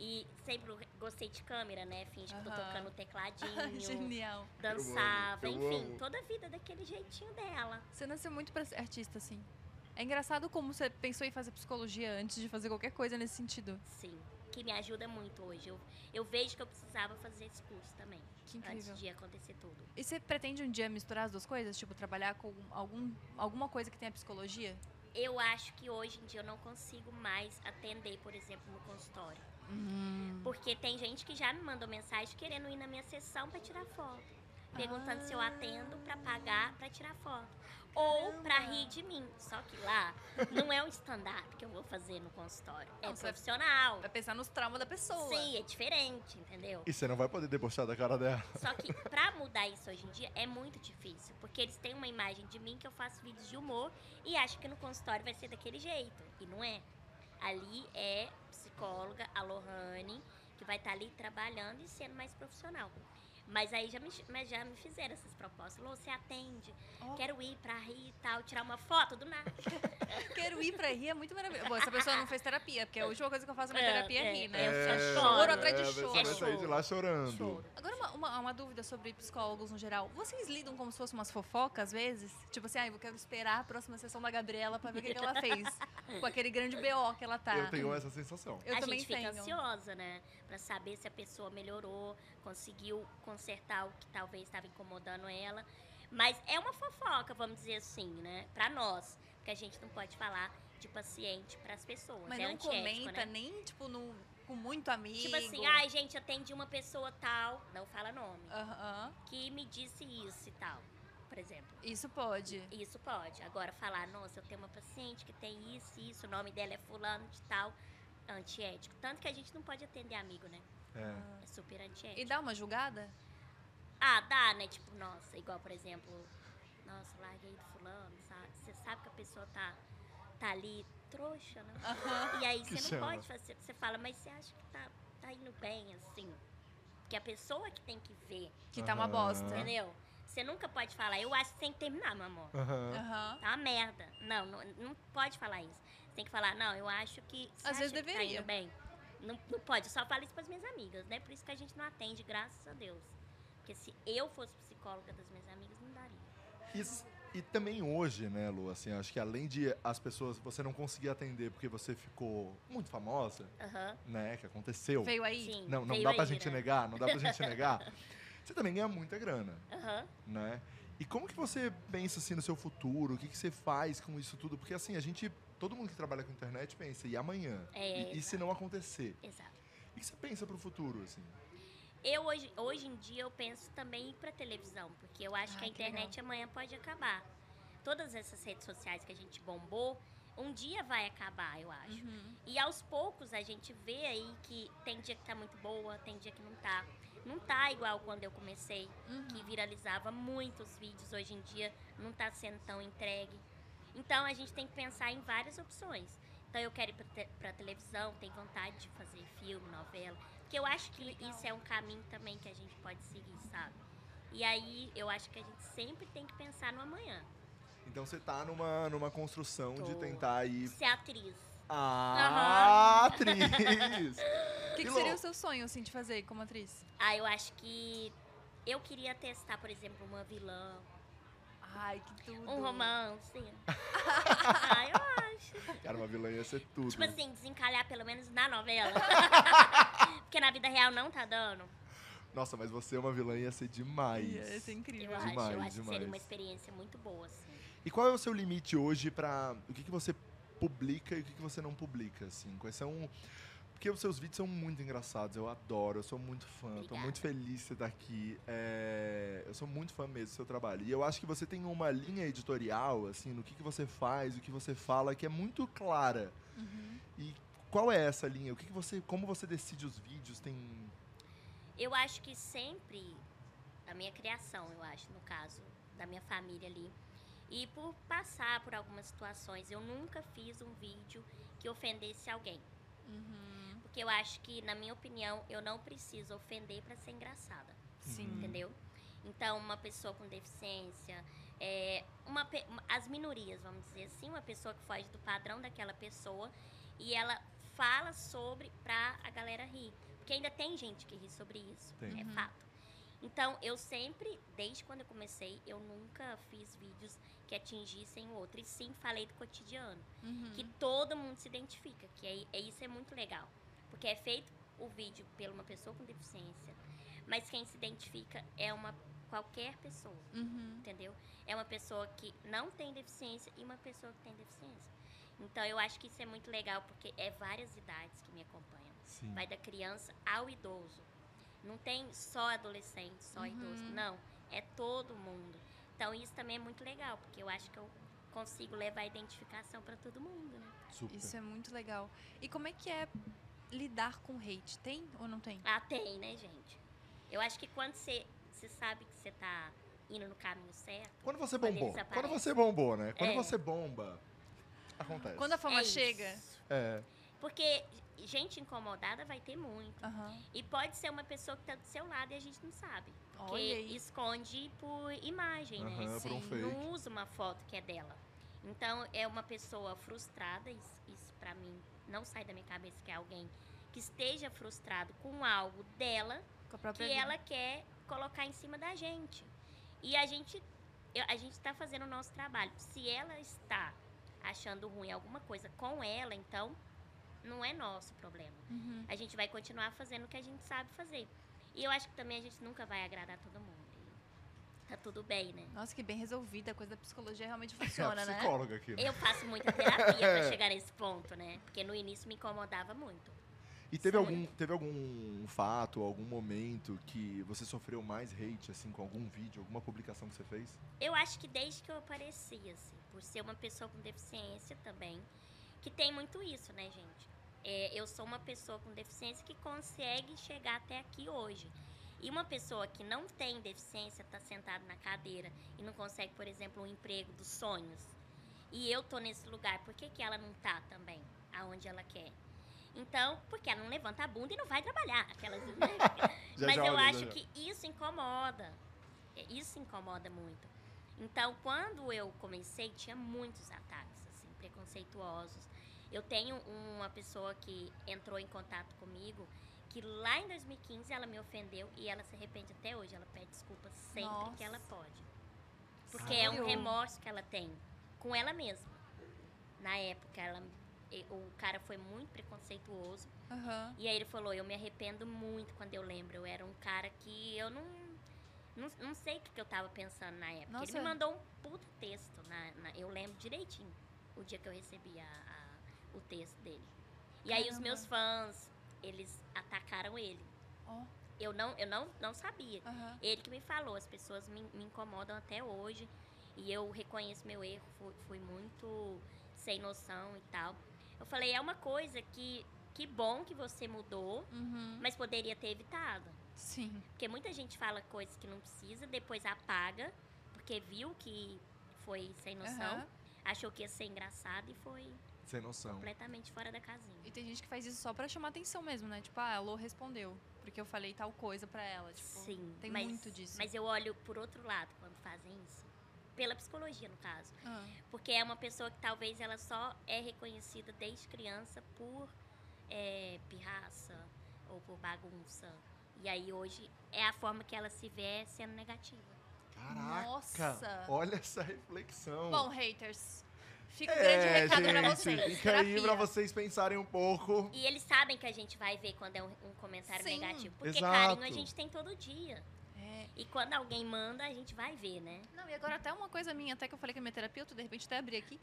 Speaker 3: E sempre gostei de câmera, né? Finge que tô
Speaker 1: Aham.
Speaker 3: tocando
Speaker 1: Ai,
Speaker 3: tecladinho,
Speaker 1: genial.
Speaker 3: dançava,
Speaker 2: Eu amo, eu
Speaker 3: enfim,
Speaker 2: amo.
Speaker 3: toda a vida daquele jeitinho dela.
Speaker 1: Você nasceu muito pra ser artista, assim. É engraçado como você pensou em fazer psicologia antes de fazer qualquer coisa nesse sentido.
Speaker 3: Sim. que me ajuda muito hoje. Eu, eu vejo que eu precisava fazer esse curso também,
Speaker 1: Que incrível.
Speaker 3: antes de acontecer tudo.
Speaker 1: E você pretende um dia misturar as duas coisas? Tipo, trabalhar com algum, alguma coisa que tenha psicologia?
Speaker 3: Eu acho que hoje em dia eu não consigo mais atender, por exemplo, no consultório. Porque tem gente que já me mandou mensagem querendo ir na minha sessão para tirar foto. Perguntando se eu atendo para pagar para tirar foto. Ou
Speaker 1: Caramba.
Speaker 3: para rir de mim. Só que lá não é um stand-up que eu vou fazer no consultório. É
Speaker 1: Não, você vai-
Speaker 3: profissional.
Speaker 1: Vai pensar nos traumas da pessoa.
Speaker 3: Sim, é diferente, entendeu?
Speaker 2: E você não vai poder debochar da cara dela.
Speaker 3: Só que pra mudar isso hoje em dia é muito difícil, porque eles têm uma imagem de mim que eu faço vídeos de humor e acham que no consultório vai ser daquele jeito, e não é. Ali é psicóloga, a Lohane, que vai estar ali trabalhando e sendo mais profissional. Mas aí já me, ch- mas já me fizeram essas propostas. Lô, você atende,
Speaker 1: Ó.
Speaker 3: quero ir pra rir e tal, tirar uma foto do nada.
Speaker 1: Quero ir pra rir, é muito maravilhoso. Bom, essa pessoa não fez terapia, porque a última coisa que eu faço na
Speaker 3: É,
Speaker 1: terapia é
Speaker 3: é.
Speaker 1: rir, né? Eu
Speaker 3: É,
Speaker 1: só
Speaker 3: choro
Speaker 1: choro atrás
Speaker 2: é,
Speaker 1: de
Speaker 2: você
Speaker 1: choro.
Speaker 2: vai sair de lá chorando.
Speaker 3: Choro.
Speaker 1: Agora, uma, uma, uma dúvida sobre psicólogos no geral. Vocês lidam como se fossem umas fofocas, às vezes? Tipo assim, ah, eu quero esperar a próxima sessão da Gabriela pra ver o que, que ela fez. com aquele grande BO que ela tá.
Speaker 2: Eu tenho essa sensação.
Speaker 1: Eu
Speaker 3: a
Speaker 1: também
Speaker 3: gente fica
Speaker 1: tenho.
Speaker 3: ansiosa, né? Pra saber se a pessoa melhorou, conseguiu consertar o que talvez estava incomodando ela. Mas é uma fofoca, vamos dizer assim, né? Pra nós. Porque a gente não pode falar de paciente pras pessoas.
Speaker 1: Mas
Speaker 3: é
Speaker 1: não
Speaker 3: antiético,
Speaker 1: comenta,
Speaker 3: né?
Speaker 1: nem, tipo, no, com muito amigo. Ah.
Speaker 3: Tipo assim, ai, gente, atendi uma pessoa tal, não fala nome,
Speaker 1: Aham.
Speaker 3: que me disse isso e tal, por exemplo.
Speaker 1: Isso pode.
Speaker 3: Isso pode. Agora, falar, nossa, eu tenho uma paciente que tem isso e isso, o nome dela é fulano de tal, antiético. Tanto que a gente não pode atender amigo, né?
Speaker 2: É.
Speaker 3: É super
Speaker 1: E
Speaker 3: antiético.
Speaker 1: dá uma julgada?
Speaker 3: Ah, dá, né? Tipo, nossa, igual, por exemplo, nossa, larguei do fulano, sabe? Você sabe que a pessoa tá, tá ali trouxa, né? E aí
Speaker 2: Que
Speaker 3: você não
Speaker 2: chama.
Speaker 3: pode fazer, você fala, mas você acha que tá, tá indo bem, assim? Porque a pessoa que tem que ver,
Speaker 1: Que tá uma
Speaker 2: Aham.
Speaker 1: bosta.
Speaker 2: Entendeu?
Speaker 3: entendeu? Você nunca pode falar, eu acho que tem que terminar, meu amor.
Speaker 2: Aham.
Speaker 1: Aham.
Speaker 3: Tá uma merda. Não, não, não pode falar isso. Você tem que falar, não, eu acho que. você
Speaker 1: Às vezes
Speaker 3: acha que
Speaker 1: deveria.
Speaker 3: Tá indo bem. Não, não pode, eu só falo isso pras minhas amigas, né? Por isso que a gente não atende, graças a Deus. Porque se eu fosse psicóloga das minhas amigas, não daria.
Speaker 2: E, s- e também hoje, né, Lu, assim, acho que além de as pessoas você não conseguir atender porque você ficou muito famosa,
Speaker 3: Aham.
Speaker 2: né, que aconteceu.
Speaker 1: Veio aí?
Speaker 3: Sim.
Speaker 2: Não, não
Speaker 3: veio
Speaker 2: dá pra
Speaker 3: aí,
Speaker 2: gente
Speaker 3: né?
Speaker 2: negar, não dá pra gente negar. Você também ganha muita grana,
Speaker 3: Aham.
Speaker 2: né? E como que você pensa assim no seu futuro? O que, que você faz com isso tudo? Porque assim, a gente, todo mundo que trabalha com internet pensa, e amanhã?
Speaker 3: É,
Speaker 2: e, e se não acontecer?
Speaker 3: Exato.
Speaker 2: O que que você pensa pro futuro, assim?
Speaker 3: Eu hoje, hoje em dia eu penso também em ir pra televisão, porque eu acho
Speaker 1: Ah,
Speaker 3: que a
Speaker 1: que legal.
Speaker 3: internet amanhã pode acabar. Todas essas redes sociais que a gente bombou, um dia vai acabar, eu acho.
Speaker 1: Uhum.
Speaker 3: E aos poucos a gente vê aí que tem dia que tá muito boa, tem dia que não tá. Não tá igual quando eu comecei,
Speaker 1: Uhum.
Speaker 3: que viralizava muitos vídeos. Hoje em dia não tá sendo tão entregue. Então a gente tem que pensar em várias opções. Então eu quero ir pra, te pra televisão, tenho vontade de fazer filme, novela. Porque eu acho que
Speaker 1: legal.
Speaker 3: isso é um caminho também que a gente pode seguir, sabe? E aí eu acho que a gente sempre tem que pensar no amanhã.
Speaker 2: Então você tá numa, numa construção de
Speaker 3: Tô.
Speaker 2: tentar ir.
Speaker 3: Ser atriz.
Speaker 2: Ah, atriz!
Speaker 1: O que, que
Speaker 2: Pilô.
Speaker 1: seria o seu sonho, assim, de fazer como atriz?
Speaker 3: Ah, eu acho que eu queria testar, por exemplo, uma vilã,
Speaker 1: Ai, que tudo.
Speaker 3: Um romance. ah, eu acho.
Speaker 2: Cara, uma vilã ia ser tudo.
Speaker 3: Tipo assim, desencalhar pelo menos na novela. Porque na vida real não tá dando.
Speaker 2: Nossa, mas você é uma vilã ia ser demais.
Speaker 1: Ia ser
Speaker 3: Eu
Speaker 1: incrível.
Speaker 3: acho, eu
Speaker 2: Demais,
Speaker 3: acho que seria
Speaker 2: demais.
Speaker 3: uma experiência muito boa, assim.
Speaker 2: E qual é o seu limite hoje pra. o que, que você publica e o que, que você não publica, assim? Quais são. Porque os seus vídeos são muito engraçados, eu adoro, eu sou muito fã, tô
Speaker 3: Obrigada.
Speaker 2: muito feliz de você estar aqui. é, eu sou muito fã mesmo do seu trabalho. E eu acho que você tem uma linha editorial, assim, no que, que você faz, o que você fala, que é muito clara.
Speaker 1: Uhum.
Speaker 2: Qual é essa linha? O que, que você. Como você decide os vídeos? Tem.
Speaker 3: Eu acho que sempre a minha criação, eu acho, no caso, da minha família ali. E por passar por algumas situações, eu nunca fiz um vídeo que ofendesse alguém.
Speaker 1: Uhum.
Speaker 3: Porque eu acho que, na minha opinião, eu não preciso ofender pra ser engraçada.
Speaker 1: Sim.
Speaker 2: Uhum.
Speaker 3: entendeu? Então, uma pessoa com deficiência, é, uma, pe- uma- as minorias, vamos dizer assim, uma pessoa que foge do padrão daquela pessoa e ela fala sobre pra a galera rir. Porque ainda tem gente que ri sobre isso,
Speaker 2: Tem.
Speaker 3: é
Speaker 1: Uhum.
Speaker 3: fato. Então, eu sempre, desde quando eu comecei, eu nunca fiz vídeos que atingissem o outro. E sim, falei do cotidiano
Speaker 1: Uhum.
Speaker 3: que todo mundo se identifica, que é, é isso é muito legal. Porque é feito o vídeo pela uma pessoa com deficiência, mas quem se identifica é uma qualquer pessoa,
Speaker 1: Uhum.
Speaker 3: entendeu? É uma pessoa que não tem deficiência e uma pessoa que tem deficiência. Então eu acho que isso é muito legal porque é várias idades que me acompanham.
Speaker 2: Sim.
Speaker 3: Vai da criança ao idoso. Não tem só adolescente, só idoso.
Speaker 1: Uhum.
Speaker 3: Não. É todo mundo. Então isso também é muito legal, porque eu acho que eu consigo levar a identificação para todo mundo, né?
Speaker 2: Super.
Speaker 1: Isso é muito legal. E como é que é lidar com hate? Tem ou não tem?
Speaker 3: Ah, tem, né, gente? Eu acho que quando você, você sabe que você tá indo no caminho certo,
Speaker 2: Quando você
Speaker 3: Quando
Speaker 2: bombou.
Speaker 3: eles
Speaker 2: Quando
Speaker 3: aparecem.
Speaker 2: você bombou, né? Quando
Speaker 3: É.
Speaker 2: você bomba, acontece.
Speaker 1: Quando a fama
Speaker 3: é
Speaker 1: chega.
Speaker 3: isso.
Speaker 2: É,
Speaker 3: Porque gente incomodada vai ter muito.
Speaker 1: Aham.
Speaker 3: E pode ser uma pessoa que tá do seu lado e a gente não sabe. Porque
Speaker 1: Olha aí.
Speaker 3: esconde por imagem, né?
Speaker 2: aham, por um
Speaker 1: Sim,
Speaker 2: fake.
Speaker 3: não usa uma foto que é dela. Então é uma pessoa frustrada, isso, isso para mim não sai da minha cabeça que é alguém que esteja frustrado com algo dela
Speaker 1: Com a própria
Speaker 3: que
Speaker 1: vida.
Speaker 3: ela quer colocar em cima da gente. E a gente eu- a gente está fazendo o nosso trabalho. Se ela está achando ruim alguma coisa com ela, então não é nosso problema.
Speaker 1: Uhum.
Speaker 3: A gente vai continuar fazendo o que a gente sabe fazer. E eu acho que também a gente nunca vai agradar todo mundo. E Tá tudo bem, né?
Speaker 1: Nossa, que bem resolvida. A coisa da psicologia realmente
Speaker 2: É a
Speaker 1: funciona, né?
Speaker 2: psicóloga aqui. né?
Speaker 3: Eu faço muita terapia pra chegar nesse ponto, né? Porque no início me incomodava muito.
Speaker 2: E teve
Speaker 3: Sim.
Speaker 2: algum, teve algum fato, algum momento que você sofreu mais hate, assim, com algum vídeo, alguma publicação que você fez?
Speaker 3: Eu acho que desde que eu apareci, assim, por ser uma pessoa com deficiência também, que tem muito isso, né, gente? É, eu sou uma pessoa com deficiência que consegue chegar até aqui hoje. E uma pessoa que não tem deficiência, tá sentada na cadeira e não consegue, por exemplo, um emprego dos sonhos. E eu tô nesse lugar, por que, que ela não tá também aonde ela quer? Então, porque ela não levanta a bunda e não vai trabalhar. Aquelas, né?
Speaker 2: Já,
Speaker 3: Mas
Speaker 2: já,
Speaker 3: eu
Speaker 2: olha, já,
Speaker 3: acho
Speaker 2: já.
Speaker 3: que isso incomoda. É, Isso incomoda muito. Então, quando eu comecei, tinha muitos ataques, assim, preconceituosos. Eu tenho uma pessoa que entrou em contato comigo, que lá em 2015 ela me ofendeu e ela se arrepende até hoje. Ela pede desculpa sempre
Speaker 1: Nossa.
Speaker 3: que ela pode. Porque é um
Speaker 1: Sério?
Speaker 3: remorso que ela tem com ela mesma. Na época, ela, e- o cara foi muito preconceituoso.
Speaker 1: Aham.
Speaker 3: E aí ele falou, eu me arrependo muito quando eu lembro. Eu era um cara que eu não. Não, não sei o que, que eu tava pensando na época.
Speaker 1: Nossa.
Speaker 3: Ele me mandou um puto texto. Na, na- eu lembro direitinho o dia que eu recebi a- a- o texto dele. E aí os
Speaker 1: Caramba.
Speaker 3: meus fãs, eles atacaram ele.
Speaker 1: Ó.
Speaker 3: Eu não, eu não, não sabia.
Speaker 1: Aham.
Speaker 3: Ele que me falou, as pessoas me, me incomodam até hoje. E eu reconheço meu erro, fui, fui muito sem noção e tal. Eu falei, é uma coisa que. Que bom que você mudou,
Speaker 1: Uhum.
Speaker 3: mas poderia ter evitado.
Speaker 1: Sim.
Speaker 3: Porque muita gente fala coisas que não precisa, depois apaga, porque viu que foi sem noção,
Speaker 1: Aham.
Speaker 3: achou que ia ser engraçado e foi
Speaker 2: Sem noção.
Speaker 3: completamente fora da casinha.
Speaker 1: E tem gente que faz isso só pra chamar atenção mesmo, né? Tipo, ah, a Lô respondeu. Porque eu falei tal coisa pra ela. Tipo,
Speaker 3: Sim,
Speaker 1: tem
Speaker 3: mas,
Speaker 1: muito disso.
Speaker 3: Mas eu olho por outro lado quando fazem isso. Pela psicologia, no caso.
Speaker 1: Ah,
Speaker 3: Porque é uma pessoa que talvez ela só é reconhecida desde criança por é, pirraça ou por bagunça. E aí hoje é a forma que ela se vê sendo negativa.
Speaker 2: Caraca!
Speaker 1: Nossa.
Speaker 2: Olha essa reflexão.
Speaker 1: Bom, haters. Fica o
Speaker 3: um
Speaker 1: grande recado pra vocês.
Speaker 2: É, Fica aí pra
Speaker 1: Terapia.
Speaker 2: vocês pensarem um pouco.
Speaker 3: E eles sabem que a gente vai ver quando é um, um comentário
Speaker 1: Sim.
Speaker 3: negativo. Porque
Speaker 2: Exato.
Speaker 3: carinho a gente tem todo dia.
Speaker 1: É.
Speaker 3: E quando alguém manda, a gente vai ver, né?
Speaker 1: Não, e agora até uma coisa minha, até que eu falei que a minha terapeuta, de repente até abri aqui.